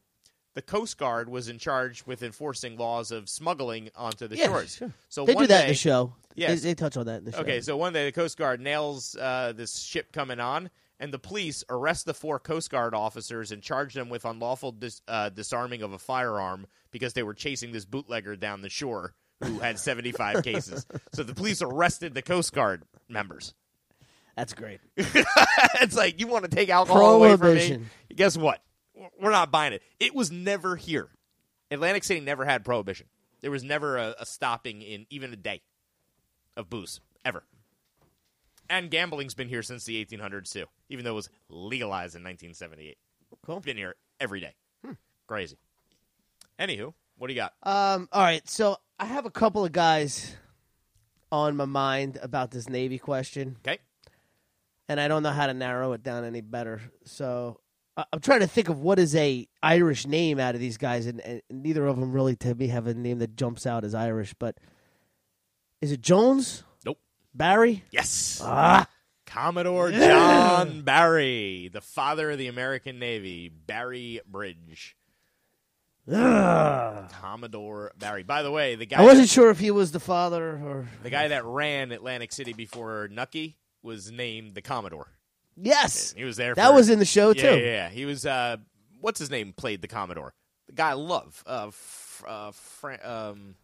Speaker 3: the Coast Guard was in charge with enforcing laws of smuggling onto the
Speaker 4: Yeah,
Speaker 3: shores.
Speaker 4: sure.
Speaker 3: So
Speaker 4: they
Speaker 3: one
Speaker 4: do that
Speaker 3: day,
Speaker 4: in the show.
Speaker 3: Yes.
Speaker 4: They, they touch on that in the show.
Speaker 3: Okay, so one day the Coast Guard nails uh, this ship coming on, and the police arrest the four Coast Guard officers and charge them with unlawful dis- uh, disarming of a firearm because they were chasing this bootlegger down the shore who had 75 cases. So the police arrested the Coast Guard members.
Speaker 4: That's great.
Speaker 3: it's like, you want to take alcohol away from me?
Speaker 4: Prohibition.
Speaker 3: Guess what? We're not buying it. It was never here. Atlantic City never had prohibition. There was never a, a stopping in even a day of booze ever. And gambling's been here since the 1800s too, even though it was legalized in 1978.
Speaker 4: Cool. Hmm.
Speaker 3: It's been here every day. Crazy. Anywho, what do you got?
Speaker 4: Um, all right, so I have a couple of guys on my mind about this Navy question,
Speaker 3: Okay.
Speaker 4: and I don't know how to narrow it down any better. So I- I'm trying to think of what is a Irish name out of these guys, and, and neither of them really to me have a name that jumps out as Irish. But is it Jones,
Speaker 3: Nope.
Speaker 4: Barry?
Speaker 3: Yes.
Speaker 4: Ah,
Speaker 3: Commodore John Barry, the father of the American Navy, Barry Bridge.
Speaker 4: ugh.
Speaker 3: Commodore Barry. By the way, the guy
Speaker 4: Ah. I wasn't sure if he was the father or
Speaker 3: the guy that ran Atlantic City before Nucky was named the Commodore.
Speaker 4: yes,
Speaker 3: He was there.
Speaker 4: that
Speaker 3: for,
Speaker 4: was in the show
Speaker 3: yeah,
Speaker 4: too.
Speaker 3: Yeah, yeah. He was. Uh, what's his name? Played the Commodore. The guy I love. Uh, f- uh, Fra- um,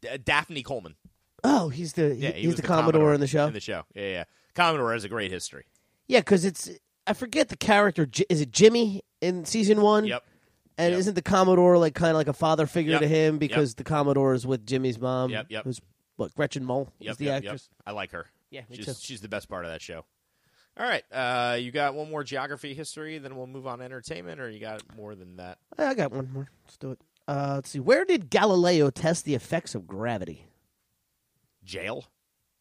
Speaker 3: D- Daphne Coleman.
Speaker 4: Oh, he's the
Speaker 3: Yeah, he
Speaker 4: he's
Speaker 3: was
Speaker 4: the, Commodore, in the show.
Speaker 3: In the show. Yeah, yeah. Commodore has a great history.
Speaker 4: Yeah, because it's I forget the character. J- Is it Jimmy in season one?
Speaker 3: Yep.
Speaker 4: And
Speaker 3: yep.
Speaker 4: isn't the Commodore like kind of like a father figure
Speaker 3: Yep,
Speaker 4: to him because the Commodore is with Jimmy's mom?
Speaker 3: Yep, yep.
Speaker 4: Who's what? Gretchen Mol
Speaker 3: Yep.
Speaker 4: is the
Speaker 3: yep,
Speaker 4: actress.
Speaker 3: Yep. I like her.
Speaker 4: Yeah, me
Speaker 3: she's,
Speaker 4: too.
Speaker 3: She's the best part of that show. All right. Uh, you got one more geography history, then we'll move on to entertainment, or you got more than that?
Speaker 4: Eh, I got one more. Let's do it. Uh, let's see. Where did Galileo test the effects of gravity?
Speaker 3: Jail.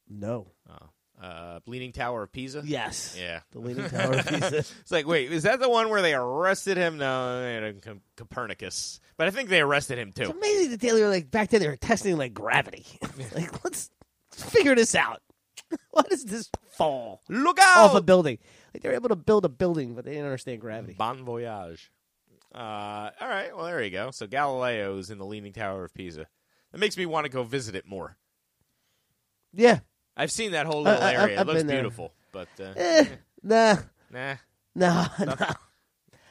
Speaker 4: No.
Speaker 3: Uh, Leaning Tower of Pisa.
Speaker 4: Yes.
Speaker 3: Yeah.
Speaker 4: The Leaning Tower
Speaker 3: <laughs>
Speaker 4: of Pisa.
Speaker 3: It's like, wait, is that the one where they arrested him? No, they had a Com- Copernicus. But I think they arrested him
Speaker 4: It's
Speaker 3: too.
Speaker 4: amazing that they were like back then they were testing like gravity. <laughs> like let's figure this out. <laughs> what is this fall
Speaker 3: Look
Speaker 4: off
Speaker 3: out!
Speaker 4: a building? Like they were able to build a building, but they didn't understand gravity.
Speaker 3: bon voyage. Uh, all right, well there you go. So Galileo's in the Leaning Tower of Pisa. That makes me want to go visit it more.
Speaker 4: Yeah.
Speaker 3: I've seen that whole little
Speaker 4: I- I-
Speaker 3: area.
Speaker 4: <laughs>
Speaker 3: it
Speaker 4: I've
Speaker 3: looks
Speaker 4: been there.
Speaker 3: beautiful, but uh,
Speaker 4: Eh, nah,
Speaker 3: nah.
Speaker 4: nah, nah. <laughs>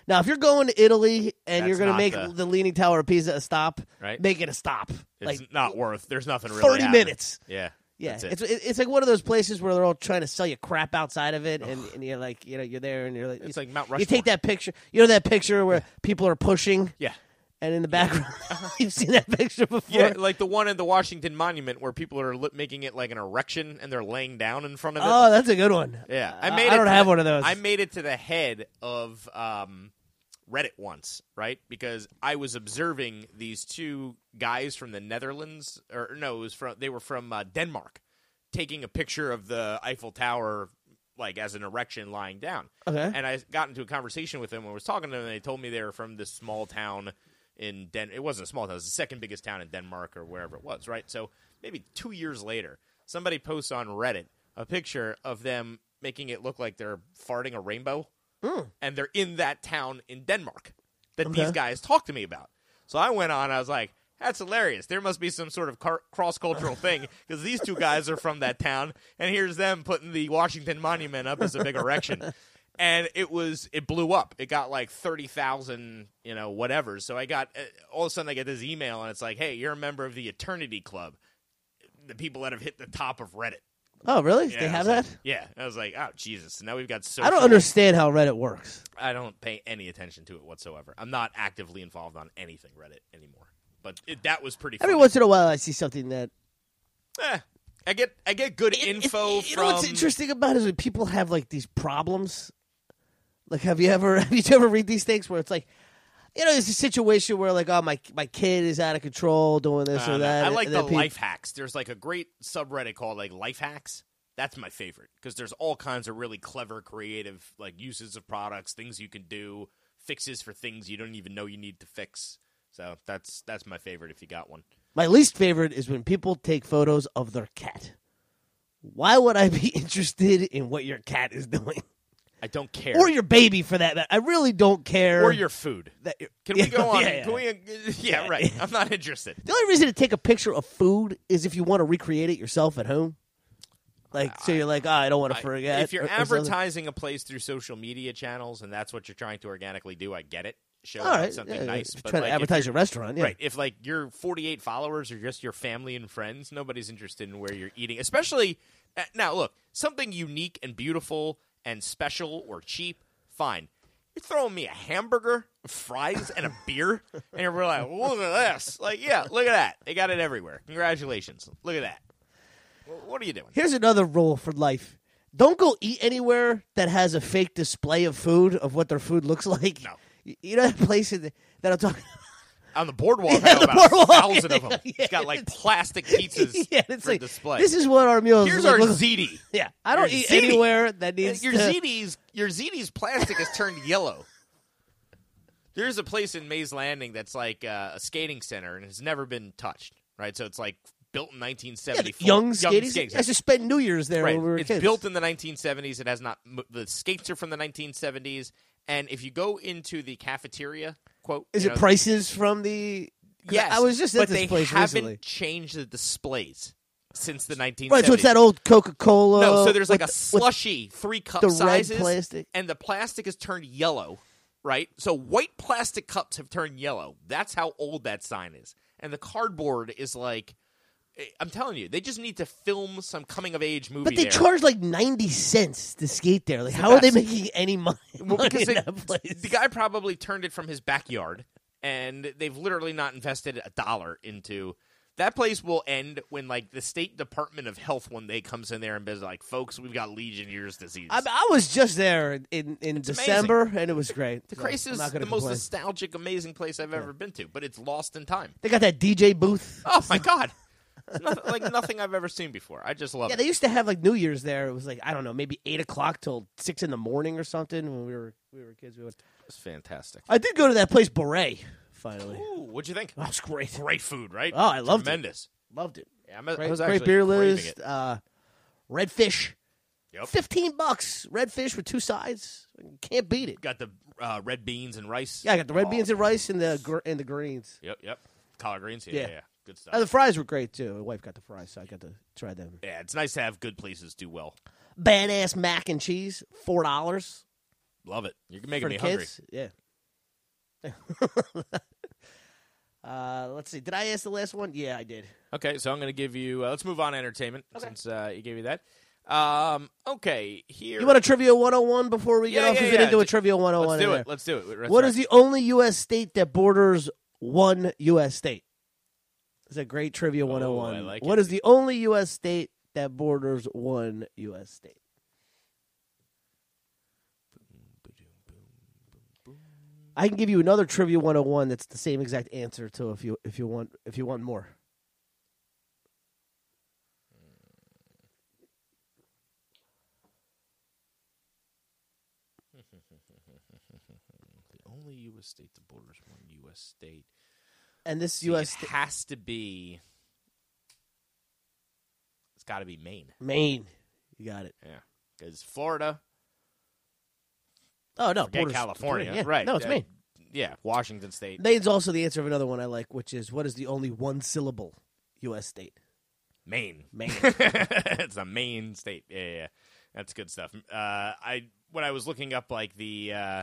Speaker 4: Now, if you're going to Italy and
Speaker 3: That's
Speaker 4: you're going
Speaker 3: not
Speaker 4: to make
Speaker 3: the-
Speaker 4: the... Leaning Tower of Pisa a stop,
Speaker 3: Right.
Speaker 4: make it a stop.
Speaker 3: It's
Speaker 4: like
Speaker 3: not worth. There's nothing really.
Speaker 4: 30
Speaker 3: happening.
Speaker 4: minutes.
Speaker 3: Yeah.
Speaker 4: Yeah,
Speaker 3: that's it.
Speaker 4: it's it- it's like one of those places where they're all trying to sell you crap outside of it, and, and you're like, you know, you're there and you're like,
Speaker 3: It's
Speaker 4: you,
Speaker 3: like Mount
Speaker 4: You
Speaker 3: Rushmore.
Speaker 4: take that picture, you know, that picture where people are pushing, <laughs>
Speaker 3: yeah. Uh-huh.
Speaker 4: and in
Speaker 3: <laughs>
Speaker 4: the background, <laughs> you've seen that picture before.
Speaker 3: Yeah, like the one in the Washington Monument where people are li- making it like an erection and they're laying down in front of it.
Speaker 4: oh, that's a good one.
Speaker 3: Yeah,
Speaker 4: Oh. I- I
Speaker 3: it
Speaker 4: don't
Speaker 3: to
Speaker 4: have
Speaker 3: the-
Speaker 4: one of those.
Speaker 3: I made it to the head of um, read it once, right? Because I was observing these two guys from the Netherlands, or no, it was from they were from uh, Denmark, taking a picture of the Eiffel Tower, like as an erection lying down.
Speaker 4: Okay.
Speaker 3: And I got into a conversation with them and was talking to them, and they told me they were from this small town in Den. It wasn't a small town; it was the second biggest town in Denmark or wherever it was, right? So maybe two years later, somebody posts on Reddit a picture of them making it look like they're farting a rainbow and they're in that town in Denmark that these
Speaker 4: Okay.
Speaker 3: guys talked to me about. So I went on. I was like, "That's hilarious. There must be some sort of car- cross-cultural thing because these two guys are from that town, and here's them putting the Washington Monument up as a big
Speaker 4: <laughs>
Speaker 3: erection." And it was it blew up. It got like thirty thousand, you know, whatever. So I got uh, all of a sudden I get this email, and it's like, "Hey, you're a member of the Eternity Club, the people that have hit the top of Reddit."
Speaker 4: Oh, really?
Speaker 3: Yeah,
Speaker 4: they
Speaker 3: I
Speaker 4: have
Speaker 3: was like-
Speaker 4: that?
Speaker 3: yeah, I was like, "Oh Jesus!" Now we've got so
Speaker 4: I don't understand how Reddit works.
Speaker 3: I don't pay any attention to it whatsoever. I'm not actively involved on anything Reddit anymore. But it, that was pretty. Funny.
Speaker 4: Every once in a while, I see something that
Speaker 3: Eh, I get I get good info
Speaker 4: You
Speaker 3: from.
Speaker 4: know what's interesting about it is when people have like these problems. Like, have you ever <laughs> have you ever read these things where it's like, you know, it's a situation where like, oh my my kid is out of control doing this
Speaker 3: Uh,
Speaker 4: or that.
Speaker 3: I
Speaker 4: and
Speaker 3: like
Speaker 4: then
Speaker 3: the
Speaker 4: people-
Speaker 3: life hacks. There's like a great subreddit called like life hacks. That's my favorite because there's all kinds of really clever, creative like uses of products, things you can do, fixes for things you don't even know you need to fix. So that's that's my favorite if you got one.
Speaker 4: My least favorite is when people take photos of their cat. Why would I be <laughs> interested in what your cat is doing
Speaker 3: I don't care.
Speaker 4: or your baby for that? matter? I really don't care.
Speaker 3: or your food.
Speaker 4: that you're-
Speaker 3: Can
Speaker 4: <laughs> Yeah,
Speaker 3: we go on?
Speaker 4: yeah, yeah.
Speaker 3: Can we? <laughs> yeah, right. I'm not interested.
Speaker 4: The only reason to take a picture of food is if you want to recreate it yourself at home. Like, so you're like, oh, I don't want to
Speaker 3: I-
Speaker 4: forget.
Speaker 3: If
Speaker 4: or-
Speaker 3: you're
Speaker 4: or something.
Speaker 3: advertising a place through social media channels and that's what you're trying to organically do, I get it. Show
Speaker 4: all right,
Speaker 3: something
Speaker 4: yeah,
Speaker 3: nice,
Speaker 4: if you're
Speaker 3: but
Speaker 4: trying
Speaker 3: like,
Speaker 4: to
Speaker 3: if
Speaker 4: advertise your restaurant, yeah.
Speaker 3: Right. If like your 48 followers are just your family and friends, nobody's interested in where you're eating. Especially uh, now, look, something unique and beautiful and special or cheap, fine. You're throwing me a hamburger, fries, and a beer, and you're like, look at this. Like, yeah, look at that. They got it everywhere. Congratulations. Look at that. Wh- What are you doing?
Speaker 4: Here's another rule for life: don't go eat anywhere that has a fake display of food of what their food looks like.
Speaker 3: No.
Speaker 4: You- You know that place in the- that I'm talking.
Speaker 3: On the
Speaker 4: <laughs>
Speaker 3: boardwalk,
Speaker 4: Yeah,
Speaker 3: I know
Speaker 4: the
Speaker 3: about
Speaker 4: boardwalk.
Speaker 3: a thousand of them.
Speaker 4: <laughs> Yeah,
Speaker 3: it's got like
Speaker 4: it's-
Speaker 3: plastic
Speaker 4: <laughs>
Speaker 3: pizzas
Speaker 4: yeah, it's
Speaker 3: for
Speaker 4: like
Speaker 3: display.
Speaker 4: this is what our meals.
Speaker 3: Here's
Speaker 4: look
Speaker 3: our
Speaker 4: like.
Speaker 3: ziti.
Speaker 4: <laughs> Yeah, I don't
Speaker 3: Your
Speaker 4: eat
Speaker 3: ziti.
Speaker 4: anywhere that needs
Speaker 3: your
Speaker 4: to-
Speaker 3: ZD's your ZD's plastic is turned yellow. <laughs> There's a place in Mays Landing that's like uh, a skating center and it's never been touched, right? So it's like built in
Speaker 4: Yeah, the
Speaker 3: 1974.
Speaker 4: young skating. I
Speaker 3: center.
Speaker 4: just spent New Year's there
Speaker 3: Right.
Speaker 4: when we were
Speaker 3: it's
Speaker 4: kids.
Speaker 3: built in the 1970s. It has not mo- the skates are from the 1970s. And if you go into the cafeteria, quote,
Speaker 4: Is
Speaker 3: you
Speaker 4: it
Speaker 3: know,
Speaker 4: prices from the? 'cause
Speaker 3: Yes,
Speaker 4: I was just
Speaker 3: but
Speaker 4: at this
Speaker 3: they
Speaker 4: place
Speaker 3: haven't
Speaker 4: recently.
Speaker 3: changed the displays since the 1970s.
Speaker 4: Right, so it's that old Coca Cola.
Speaker 3: No, so there's like a
Speaker 4: with,
Speaker 3: slushy three cup
Speaker 4: the red
Speaker 3: sizes,
Speaker 4: plastic.
Speaker 3: and the plastic is turned yellow, right? So white plastic cups have turned yellow. That's how old that sign is, and the cardboard is like, eh, I'm telling you, they just need to film some coming of age movie.
Speaker 4: But they
Speaker 3: there.
Speaker 4: charge like ninety cents to skate there. Like, how
Speaker 3: the
Speaker 4: are they
Speaker 3: best.
Speaker 4: making any money? <laughs> money
Speaker 3: because
Speaker 4: in
Speaker 3: they-
Speaker 4: that place?
Speaker 3: the guy probably turned it from his backyard, and they've literally not invested a dollar into. That place will end when, like, the State Department of Health one day comes in there and is like, "Folks, we've got Legionnaire's disease."
Speaker 4: I, I was just there in in December, and it was great.
Speaker 3: The
Speaker 4: So
Speaker 3: Crace
Speaker 4: I'm
Speaker 3: is the
Speaker 4: not gonna
Speaker 3: most
Speaker 4: complain.
Speaker 3: nostalgic, amazing place I've ever been to, but it's lost in time.
Speaker 4: They got that DJ booth.
Speaker 3: Oh
Speaker 4: <laughs>
Speaker 3: my god, It's nothing, like nothing I've ever seen before. I just love
Speaker 4: Yeah,
Speaker 3: it.
Speaker 4: they used to have like New Year's there. It was like I don't know, maybe eight o'clock till six in the morning or something. When we were we were kids, we went.
Speaker 3: It's fantastic.
Speaker 4: I did go to that place, Beret. Finally,
Speaker 3: Ooh, what'd you think?
Speaker 4: that was great.
Speaker 3: Great food, right?
Speaker 4: Oh, I loved it.
Speaker 3: Tremendous.
Speaker 4: Loved it.
Speaker 3: Yeah, I'm- I
Speaker 4: Great,
Speaker 3: was
Speaker 4: great
Speaker 3: actually
Speaker 4: beer
Speaker 3: craving
Speaker 4: list.
Speaker 3: it.
Speaker 4: Uh, redfish,
Speaker 3: Yep.
Speaker 4: fifteen bucks. Redfish with two sides. Can't beat it.
Speaker 3: Got the uh, red beans and rice.
Speaker 4: Yeah, I got the red
Speaker 3: Oh,
Speaker 4: beans and rice and the gr- and the greens.
Speaker 3: Yep, yep. Collard greens. Yeah,
Speaker 4: Yeah.
Speaker 3: yeah, yeah. good stuff.
Speaker 4: Uh, the fries were great too. My wife got the fries, so I got to try them.
Speaker 3: yeah, it's nice to have good places do well.
Speaker 4: Badass mac and cheese, four dollars
Speaker 3: Love it. You're
Speaker 4: for
Speaker 3: making me
Speaker 4: the
Speaker 3: hungry.
Speaker 4: kids. Yeah. <laughs> uh, let's see. Did I ask the last one? Yeah, I did.
Speaker 3: Okay, so I'm going to give you. Uh, let's move on to entertainment
Speaker 4: Okay.
Speaker 3: since uh, you gave me that. Um, okay, here.
Speaker 4: You want a trivia 101 before we get
Speaker 3: Yeah,
Speaker 4: off
Speaker 3: yeah,
Speaker 4: and get
Speaker 3: yeah.
Speaker 4: into a
Speaker 3: Ju-
Speaker 4: trivia 101?
Speaker 3: Let's do
Speaker 4: in
Speaker 3: it.
Speaker 4: there?
Speaker 3: Let's do it. That's
Speaker 4: What
Speaker 3: right.
Speaker 4: is the only U.S. state that borders one U.S. state? It's a great trivia 101.
Speaker 3: Oh, I like
Speaker 4: What
Speaker 3: it.
Speaker 4: is the only U.S. state that borders one U.S. state? I can give you another trivia 101 that's the same exact answer to if you if you want if you want more.
Speaker 3: The only U.S. state that borders one U.S. state.
Speaker 4: And this
Speaker 3: See,
Speaker 4: US
Speaker 3: it has to be. It's got to be Maine.
Speaker 4: Maine. You got it.
Speaker 3: Yeah, because Florida,
Speaker 4: Oh no,
Speaker 3: forget
Speaker 4: borders-
Speaker 3: California,
Speaker 4: yeah,
Speaker 3: right?
Speaker 4: No, it's
Speaker 3: uh,
Speaker 4: Maine.
Speaker 3: Yeah, Washington State,
Speaker 4: Maine's also the answer of another one I like, which is what is the only one syllable U.S. state?
Speaker 3: Maine.
Speaker 4: Maine.
Speaker 3: <laughs> it's a Maine state. Yeah, yeah, yeah. that's good stuff. Uh, I when I was looking up like the uh,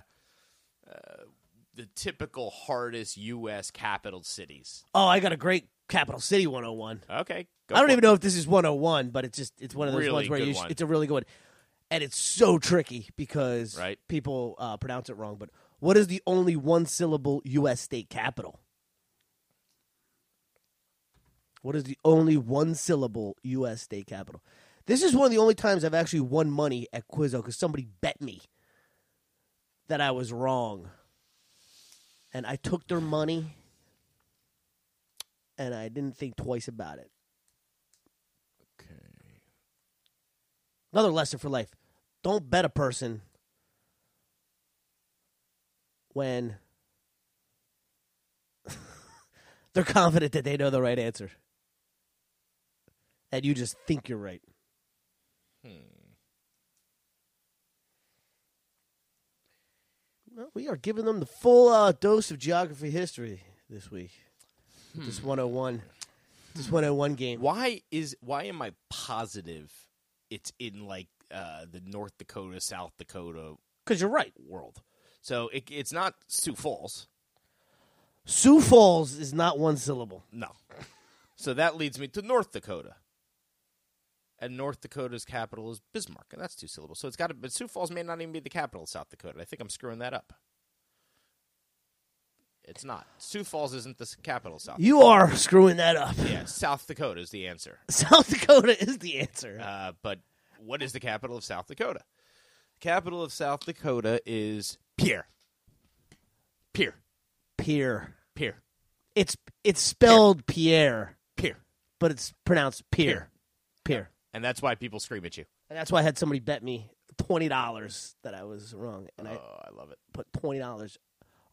Speaker 3: uh, the typical hardest U.S. capital cities.
Speaker 4: oh, I got a great capital city 101.
Speaker 3: Okay, go
Speaker 4: I don't
Speaker 3: for
Speaker 4: even
Speaker 3: it.
Speaker 4: know if this is 101, but it's just it's one of those
Speaker 3: Really
Speaker 4: ones where
Speaker 3: good
Speaker 4: you
Speaker 3: one.
Speaker 4: it's a really good one, and it's so tricky because
Speaker 3: Right.
Speaker 4: people uh, pronounce it wrong. But what is the only one syllable U.S. state capital? What is the only one syllable U.S. state capital? This is one of the only times I've actually won money at Quizzo because somebody bet me that I was wrong, and I took their money, and I didn't think twice about it. Another lesson for life. Don't bet a person when <laughs> they're confident that they know the right answer. And you just think you're right. Hmm. Well, we are giving them the full uh, dose of geography history this week. with This 101. This 101 game.
Speaker 3: Why is why am I positive it's in like uh, the North Dakota, South Dakota
Speaker 4: Because you're right.
Speaker 3: world? So it, it's not Sioux Falls.
Speaker 4: Sioux Falls is not one syllable.
Speaker 3: No. So that leads me to North Dakota. And North Dakota's capital is Bismarck, and that's two syllables. So it's got to, but Sioux Falls may not even be the capital of South Dakota. I think I'm screwing that up. It's not. Sioux Falls isn't the s- capital of South.
Speaker 4: You are screwing that up. <laughs>
Speaker 3: yeah, South Dakota is the answer.
Speaker 4: South Dakota is the answer.
Speaker 3: Uh, but what is the capital of South Dakota? The capital of South Dakota is Pierre. Pierre.
Speaker 4: Pierre.
Speaker 3: Pierre.
Speaker 4: It's it's spelled Pierre,
Speaker 3: Pierre.
Speaker 4: but it's pronounced Pierre. Pierre.
Speaker 3: And that's why people scream at you.
Speaker 4: And that's why I had somebody bet me twenty dollars that I was wrong, and I
Speaker 3: Oh, I love it.
Speaker 4: put twenty dollars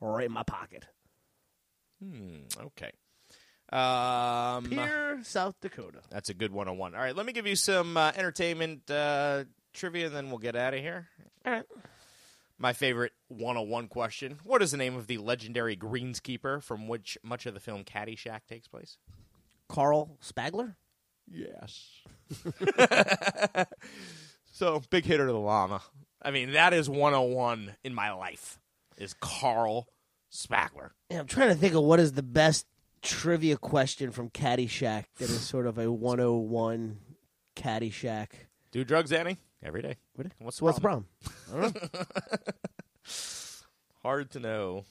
Speaker 4: right in my pocket.
Speaker 3: Okay. Um,
Speaker 4: Pierre, South Dakota.
Speaker 3: That's a good 101. All right, let me give you some uh, entertainment uh, trivia, and then we'll get out of here.
Speaker 4: All right.
Speaker 3: My favorite 101 question What is the name of the legendary greenskeeper from which much of the film Caddyshack takes place?
Speaker 4: Carl Spagler.
Speaker 3: Yes. so, big hitter to the llama. I mean, that is 101 in my life, is Carl Spackler.
Speaker 4: Yeah, I'm trying to think of what is the best trivia question from Caddyshack that is sort of a 101 Caddyshack. Um,
Speaker 3: Do drugs, Annie? Every day. What's the
Speaker 4: What's the
Speaker 3: problem?
Speaker 4: problem?
Speaker 3: Hard to know.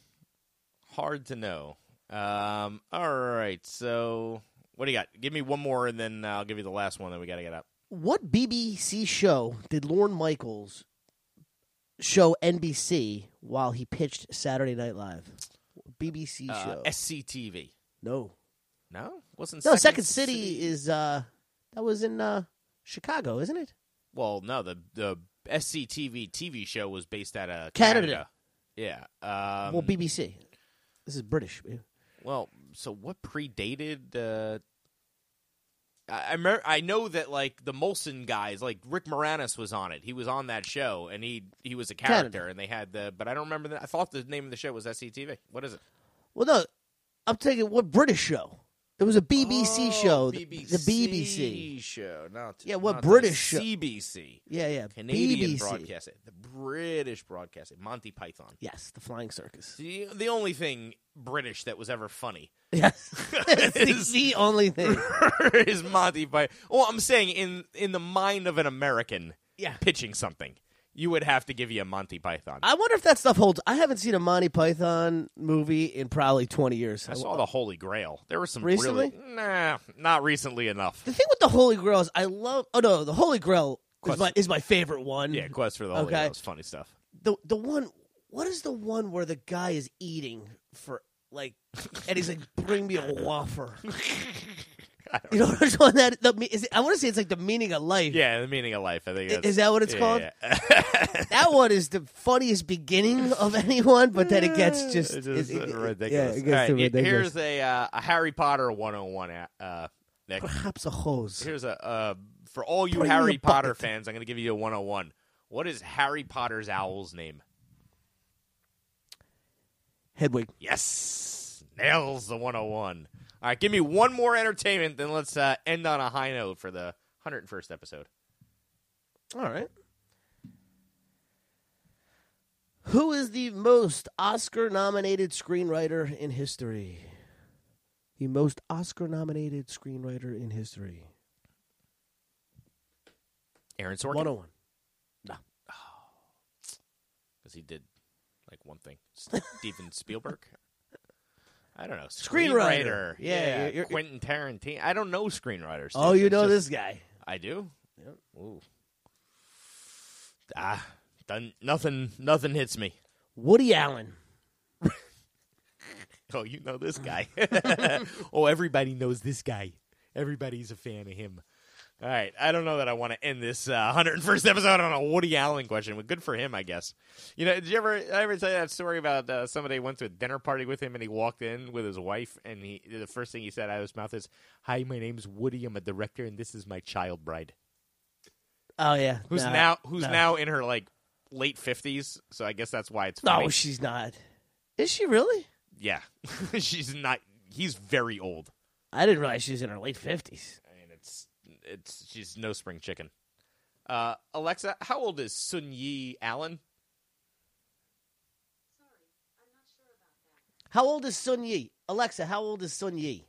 Speaker 3: Hard to know. Um, all right. So, what do you got? Give me one more, and then I'll give you the last one that we got to get up.
Speaker 4: what BBC show did Lorne Michaels show NBC while he pitched Saturday Night Live? BBC
Speaker 3: Uh,
Speaker 4: show.
Speaker 3: SCTV.
Speaker 4: no.
Speaker 3: No, wasn't.
Speaker 4: No, Second City, is uh that was in uh Chicago, isn't it?
Speaker 3: Well, no, the the SCTV TV show was based out of
Speaker 4: Canada.
Speaker 3: Canada. Yeah. Um,
Speaker 4: well, BBC. This is British. man.
Speaker 3: Well, so what predated? Uh, I I, mer- I know that like the Molson guys, like Rick Moranis was on it. He was on that show, and he he was a character,
Speaker 4: Canada.
Speaker 3: and they had the. But I don't remember that. I thought the name of the show was SCTV. What is it?
Speaker 4: Well, no, I'm taking what British show? It was a
Speaker 3: Oh,
Speaker 4: BBC show. The- The BBC.
Speaker 3: show, not
Speaker 4: Yeah, what
Speaker 3: not the
Speaker 4: British show?
Speaker 3: CBC
Speaker 4: Yeah, yeah.
Speaker 3: Canadian
Speaker 4: BBC.
Speaker 3: broadcasting, the British broadcasting, Monty Python.
Speaker 4: Yes, the Flying Circus.
Speaker 3: <laughs> The, the only thing British that was ever funny
Speaker 4: <laughs>
Speaker 3: <laughs>
Speaker 4: Yes, it's the, the only thing.
Speaker 3: <laughs> is Monty Python. Well, I'm saying in in the mind of an American,
Speaker 4: Yeah.
Speaker 3: pitching something, you would have to give you a Monty Python. I,
Speaker 4: I wonder if that stuff holds. I haven't seen a Monty Python movie in probably 20 years.
Speaker 3: saw the Holy Grail. There were some
Speaker 4: Recently?
Speaker 3: really nah, not recently enough.
Speaker 4: The thing with the Holy Grail is I love. Oh no, the Holy Grail is
Speaker 3: Quest-
Speaker 4: my, is my favorite one.
Speaker 3: Yeah, Quest for the Holy
Speaker 4: Okay.
Speaker 3: Grail is funny stuff.
Speaker 4: The the one What is the one where the guy is eating for like, and he's like, "Bring me a
Speaker 3: <laughs>
Speaker 4: wafer." <laughs> you know which one that the, me- is it, I want to say it's like the meaning of life.
Speaker 3: Yeah, the meaning of life. I think that's,
Speaker 4: is that what it's
Speaker 3: yeah,
Speaker 4: called?
Speaker 3: yeah.
Speaker 4: That one is the funniest beginning of <laughs> anyone, but then it gets
Speaker 3: <laughs>
Speaker 4: just,
Speaker 3: It's just uh,
Speaker 4: it- it- it-
Speaker 3: ridiculous.
Speaker 4: Yeah, it
Speaker 3: All
Speaker 4: gets
Speaker 3: right,
Speaker 4: too
Speaker 3: he-
Speaker 4: ridiculous.
Speaker 3: Here's a, uh, a Harry Potter 101. a- Uh, Nick.
Speaker 4: Perhaps a hose.
Speaker 3: Here's a uh, for all you
Speaker 4: Bring me
Speaker 3: Harry
Speaker 4: a
Speaker 3: Potter
Speaker 4: bucket.
Speaker 3: fans. I'm going to give you a 101. What is Harry Potter's owl's name?
Speaker 4: Hedwig.
Speaker 3: Yes, nails the 101. All right, give me one more entertainment, then let's uh, end on a high note for the 101st episode.
Speaker 4: All right. Who is the most Oscar nominated screenwriter in history? The most Oscar nominated screenwriter in history.
Speaker 3: Aaron Sorkin,
Speaker 4: 101.
Speaker 3: because he did like one thing.
Speaker 4: <laughs>
Speaker 3: Steven Spielberg. I don't know.
Speaker 4: Screenwriter.
Speaker 3: Screenwriter.
Speaker 4: Yeah, you're- you're-
Speaker 3: Quentin Tarantino. I don't know screenwriters.
Speaker 4: Oh,
Speaker 3: dude.
Speaker 4: you
Speaker 3: It's
Speaker 4: know
Speaker 3: just-
Speaker 4: this guy.
Speaker 3: I do. Ooh. Ah, done, nothing. Nothing hits me.
Speaker 4: Woody Allen.
Speaker 3: Oh, you know this guy. <laughs> oh, everybody knows this guy. Everybody's a fan of him. All right, I don't know that I want to end this uh, 101st episode on a Woody Allen question, but good for him, I guess. You know, did you ever I ever tell you that story about uh, somebody went to a dinner party with him and he walked in with his wife and he the first thing he said out of his mouth is, "Hi, my name's Woody. I'm a director and this is my child bride."
Speaker 4: Oh, yeah.
Speaker 3: Who's
Speaker 4: No.
Speaker 3: now who's
Speaker 4: no.
Speaker 3: now in her like late 50s, so I guess that's why it's
Speaker 4: No,
Speaker 3: funny.
Speaker 4: she's not. Is she really?
Speaker 3: yeah. <laughs> She's not he's very old.
Speaker 4: I didn't realize she was in her late 50s.
Speaker 3: I mean, it's it's she's no spring chicken. Uh, Alexa, how old is Sun Yi Allen?
Speaker 4: How old is Sun Yi? Alexa, how old is
Speaker 3: <laughs>
Speaker 4: Sun Yi?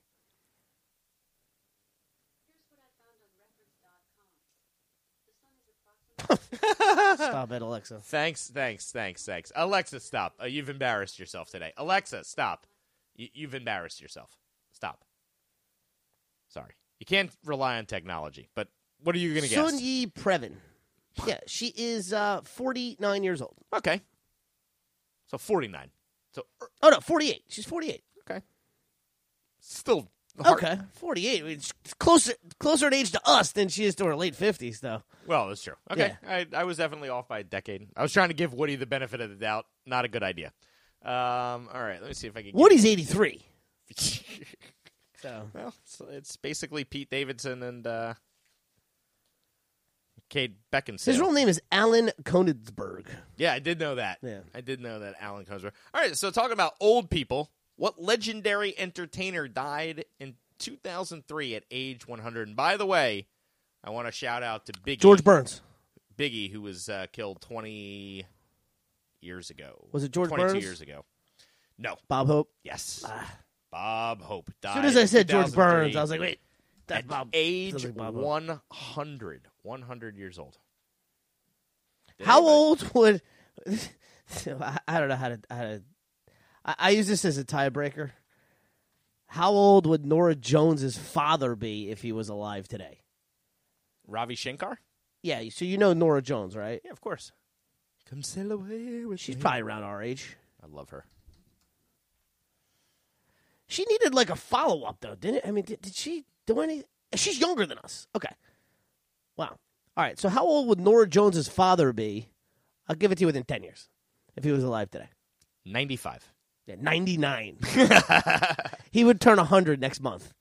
Speaker 4: Stop it, Alexa.
Speaker 3: Thanks, thanks, thanks, thanks. Alexa, stop. Uh, you've embarrassed yourself today. Alexa, stop. Y- you've embarrassed yourself. Stop. Sorry. You can't rely on technology, but what are you going to guess?
Speaker 4: Sun Yi Previn. Yeah, she is uh, 49 years old.
Speaker 3: okay. So 49. So er,
Speaker 4: Oh, no, 48. She's 48.
Speaker 3: okay. Still hard-
Speaker 4: Okay, 48. I mean, She's closer, closer in age to us than she is to her late 50s, though.
Speaker 3: Well, that's true. Okay, I, I was definitely off by a decade. I was trying to give Woody the benefit of the doubt. Not a good idea. Um, all right, let me see if I can. get-
Speaker 4: Woody's 83. So,
Speaker 3: <laughs> well, it's, it's basically Pete Davidson and uh, Cade Beckinsale.
Speaker 4: his real name is Alan Konigsberg.
Speaker 3: Yeah, I did know that.
Speaker 4: Yeah.
Speaker 3: I did know that Alan Cosgrove. All right, so talking about old people, what legendary entertainer died in 2003 at age 100? And by the way, I want to shout out to Biggie
Speaker 4: George Burns.
Speaker 3: Biggie, who was uh, killed 20 years ago.
Speaker 4: Was it George
Speaker 3: 22
Speaker 4: Burns?
Speaker 3: years ago. No.
Speaker 4: Bob Hope.
Speaker 3: Yes. Bob Hope
Speaker 4: As
Speaker 3: died.
Speaker 4: soon as I
Speaker 3: in
Speaker 4: said George Burns,
Speaker 3: 2003
Speaker 4: I was like, wait, that's
Speaker 3: at
Speaker 4: Bob.
Speaker 3: age
Speaker 4: Sounds like Bob Hope.
Speaker 3: 100. 100 years old. Did
Speaker 4: How
Speaker 3: anybody-
Speaker 4: old would? <laughs> I, I don't know how to. How to I, I use this as a tiebreaker. How old would Nora Jones's father be if he was alive today?
Speaker 3: Ravi Shankar?
Speaker 4: Yeah, so you know Nora Jones, right?
Speaker 3: Yeah, of course. Come sail away with
Speaker 4: She's
Speaker 3: me.
Speaker 4: probably around our age.
Speaker 3: I love her.
Speaker 4: She needed like a follow up though, didn't it? I mean, did, did she do any? She's younger than us. Okay. Wow. All right. So how old would Nora Jones's father be? I'll give it to you within ten years if he was alive today.
Speaker 3: 95.
Speaker 4: Yeah,
Speaker 3: <laughs>
Speaker 4: ninety nine. he would turn hundred next month.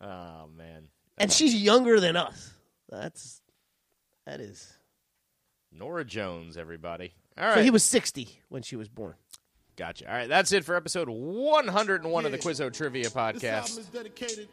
Speaker 3: Oh, man.
Speaker 4: and she's younger than us. That's that is.
Speaker 3: Nora Jones, everybody. All right.
Speaker 4: So he was sixty when she was born.
Speaker 3: Gotcha. All right, that's it for episode 101 of the Quizzo Trivia Podcast.
Speaker 5: This album is dedicated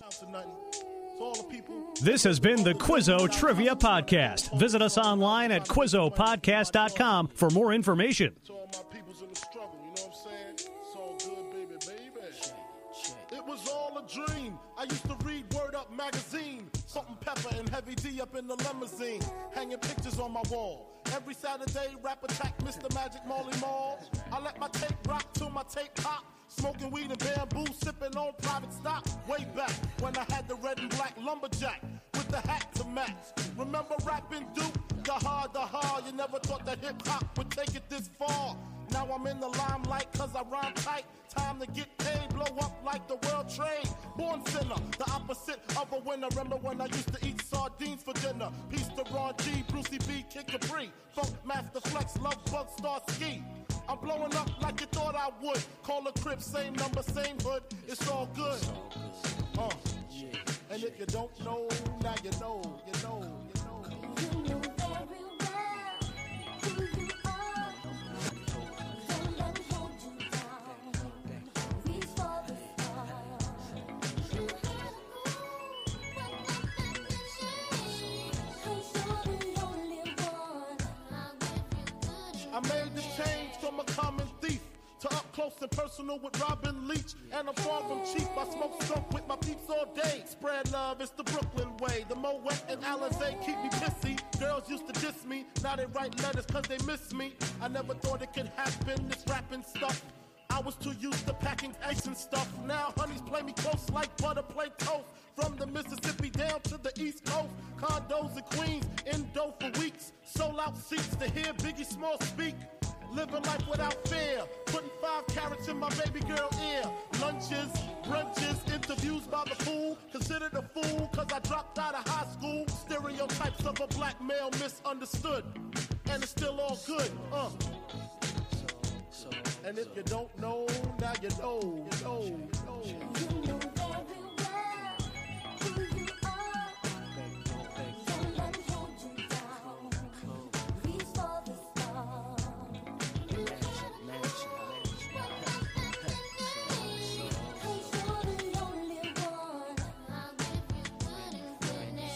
Speaker 5: not for nothing. To all the people.
Speaker 2: This has been the Quizzo Trivia Podcast. Visit us online at QuizzoPodcast.com for more information.
Speaker 5: To all my peoples in the struggle, you know what I'm saying? It's all good, baby, baby. It was all a dream. I used to read Word Up magazine. Salt and pepper and heavy D up in the limousine. Hanging pictures on my wall. Every Saturday, rap attack Mr. Magic Molly Mall. I let my tape rock till my tape pop. Smoking weed and bamboo, sipping on private stock. Way back when I had the red and black lumberjack with the hat to match. Remember rapping Duke? The hard, the hard. You never thought that hip hop would take it this far. Now I'm in the limelight cause I rhyme tight. Time to get paid, blow up like the world trade. Born sinner, the opposite of a winner. Remember when I used to eat sardines for dinner? Peace to Ron G, Brucey B, Kid Capri. Funk Master Flex, Love Bug, Star Ski. I'm blowing up like you thought I would. Call a crib, same number, same hood. It's all good. Uh. And if you don't know, now you know, you know, you know. I made the change from a common thief to up close and personal with Robin Leach. And I'm far from cheap. I smoke skunk with my peeps all day. Spread love, it's the Brooklyn way. The Moet and Alizé keep me pissy. Girls used to diss me, now they write letters cause they miss me. I never thought it could happen, this rapping stuff. I was too used to packing ice and stuff. Now honeys play me close like butter play toast. From the Mississippi down to the East Coast, condos in Queens, in dough for weeks. Sold out seats to hear Biggie Small speak. Living life without fear. Putting five carrots in my baby girl ear. Lunches, brunches, interviews by the pool. Considered a fool cause I dropped out of high school. Stereotypes of a black male misunderstood. And it's still all good, uh. And if you don't know, now you know, you know, you know.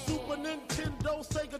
Speaker 5: Super Nintendo, Sega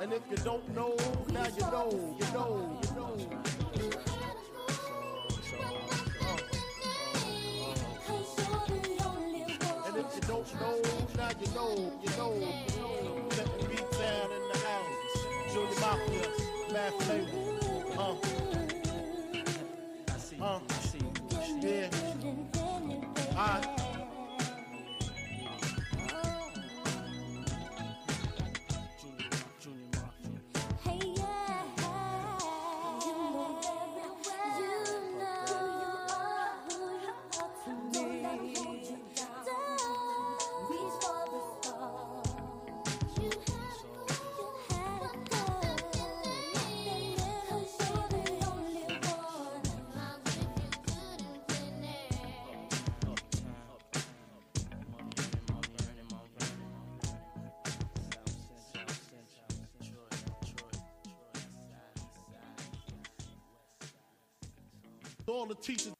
Speaker 5: And if you don't know, now you know, you know, you know. And if you don't know, now you know, you know, you know. Let the beat down in the house. Junior Mafia, Math Flavor. Uh. Uh. Yeah. I. all the teachers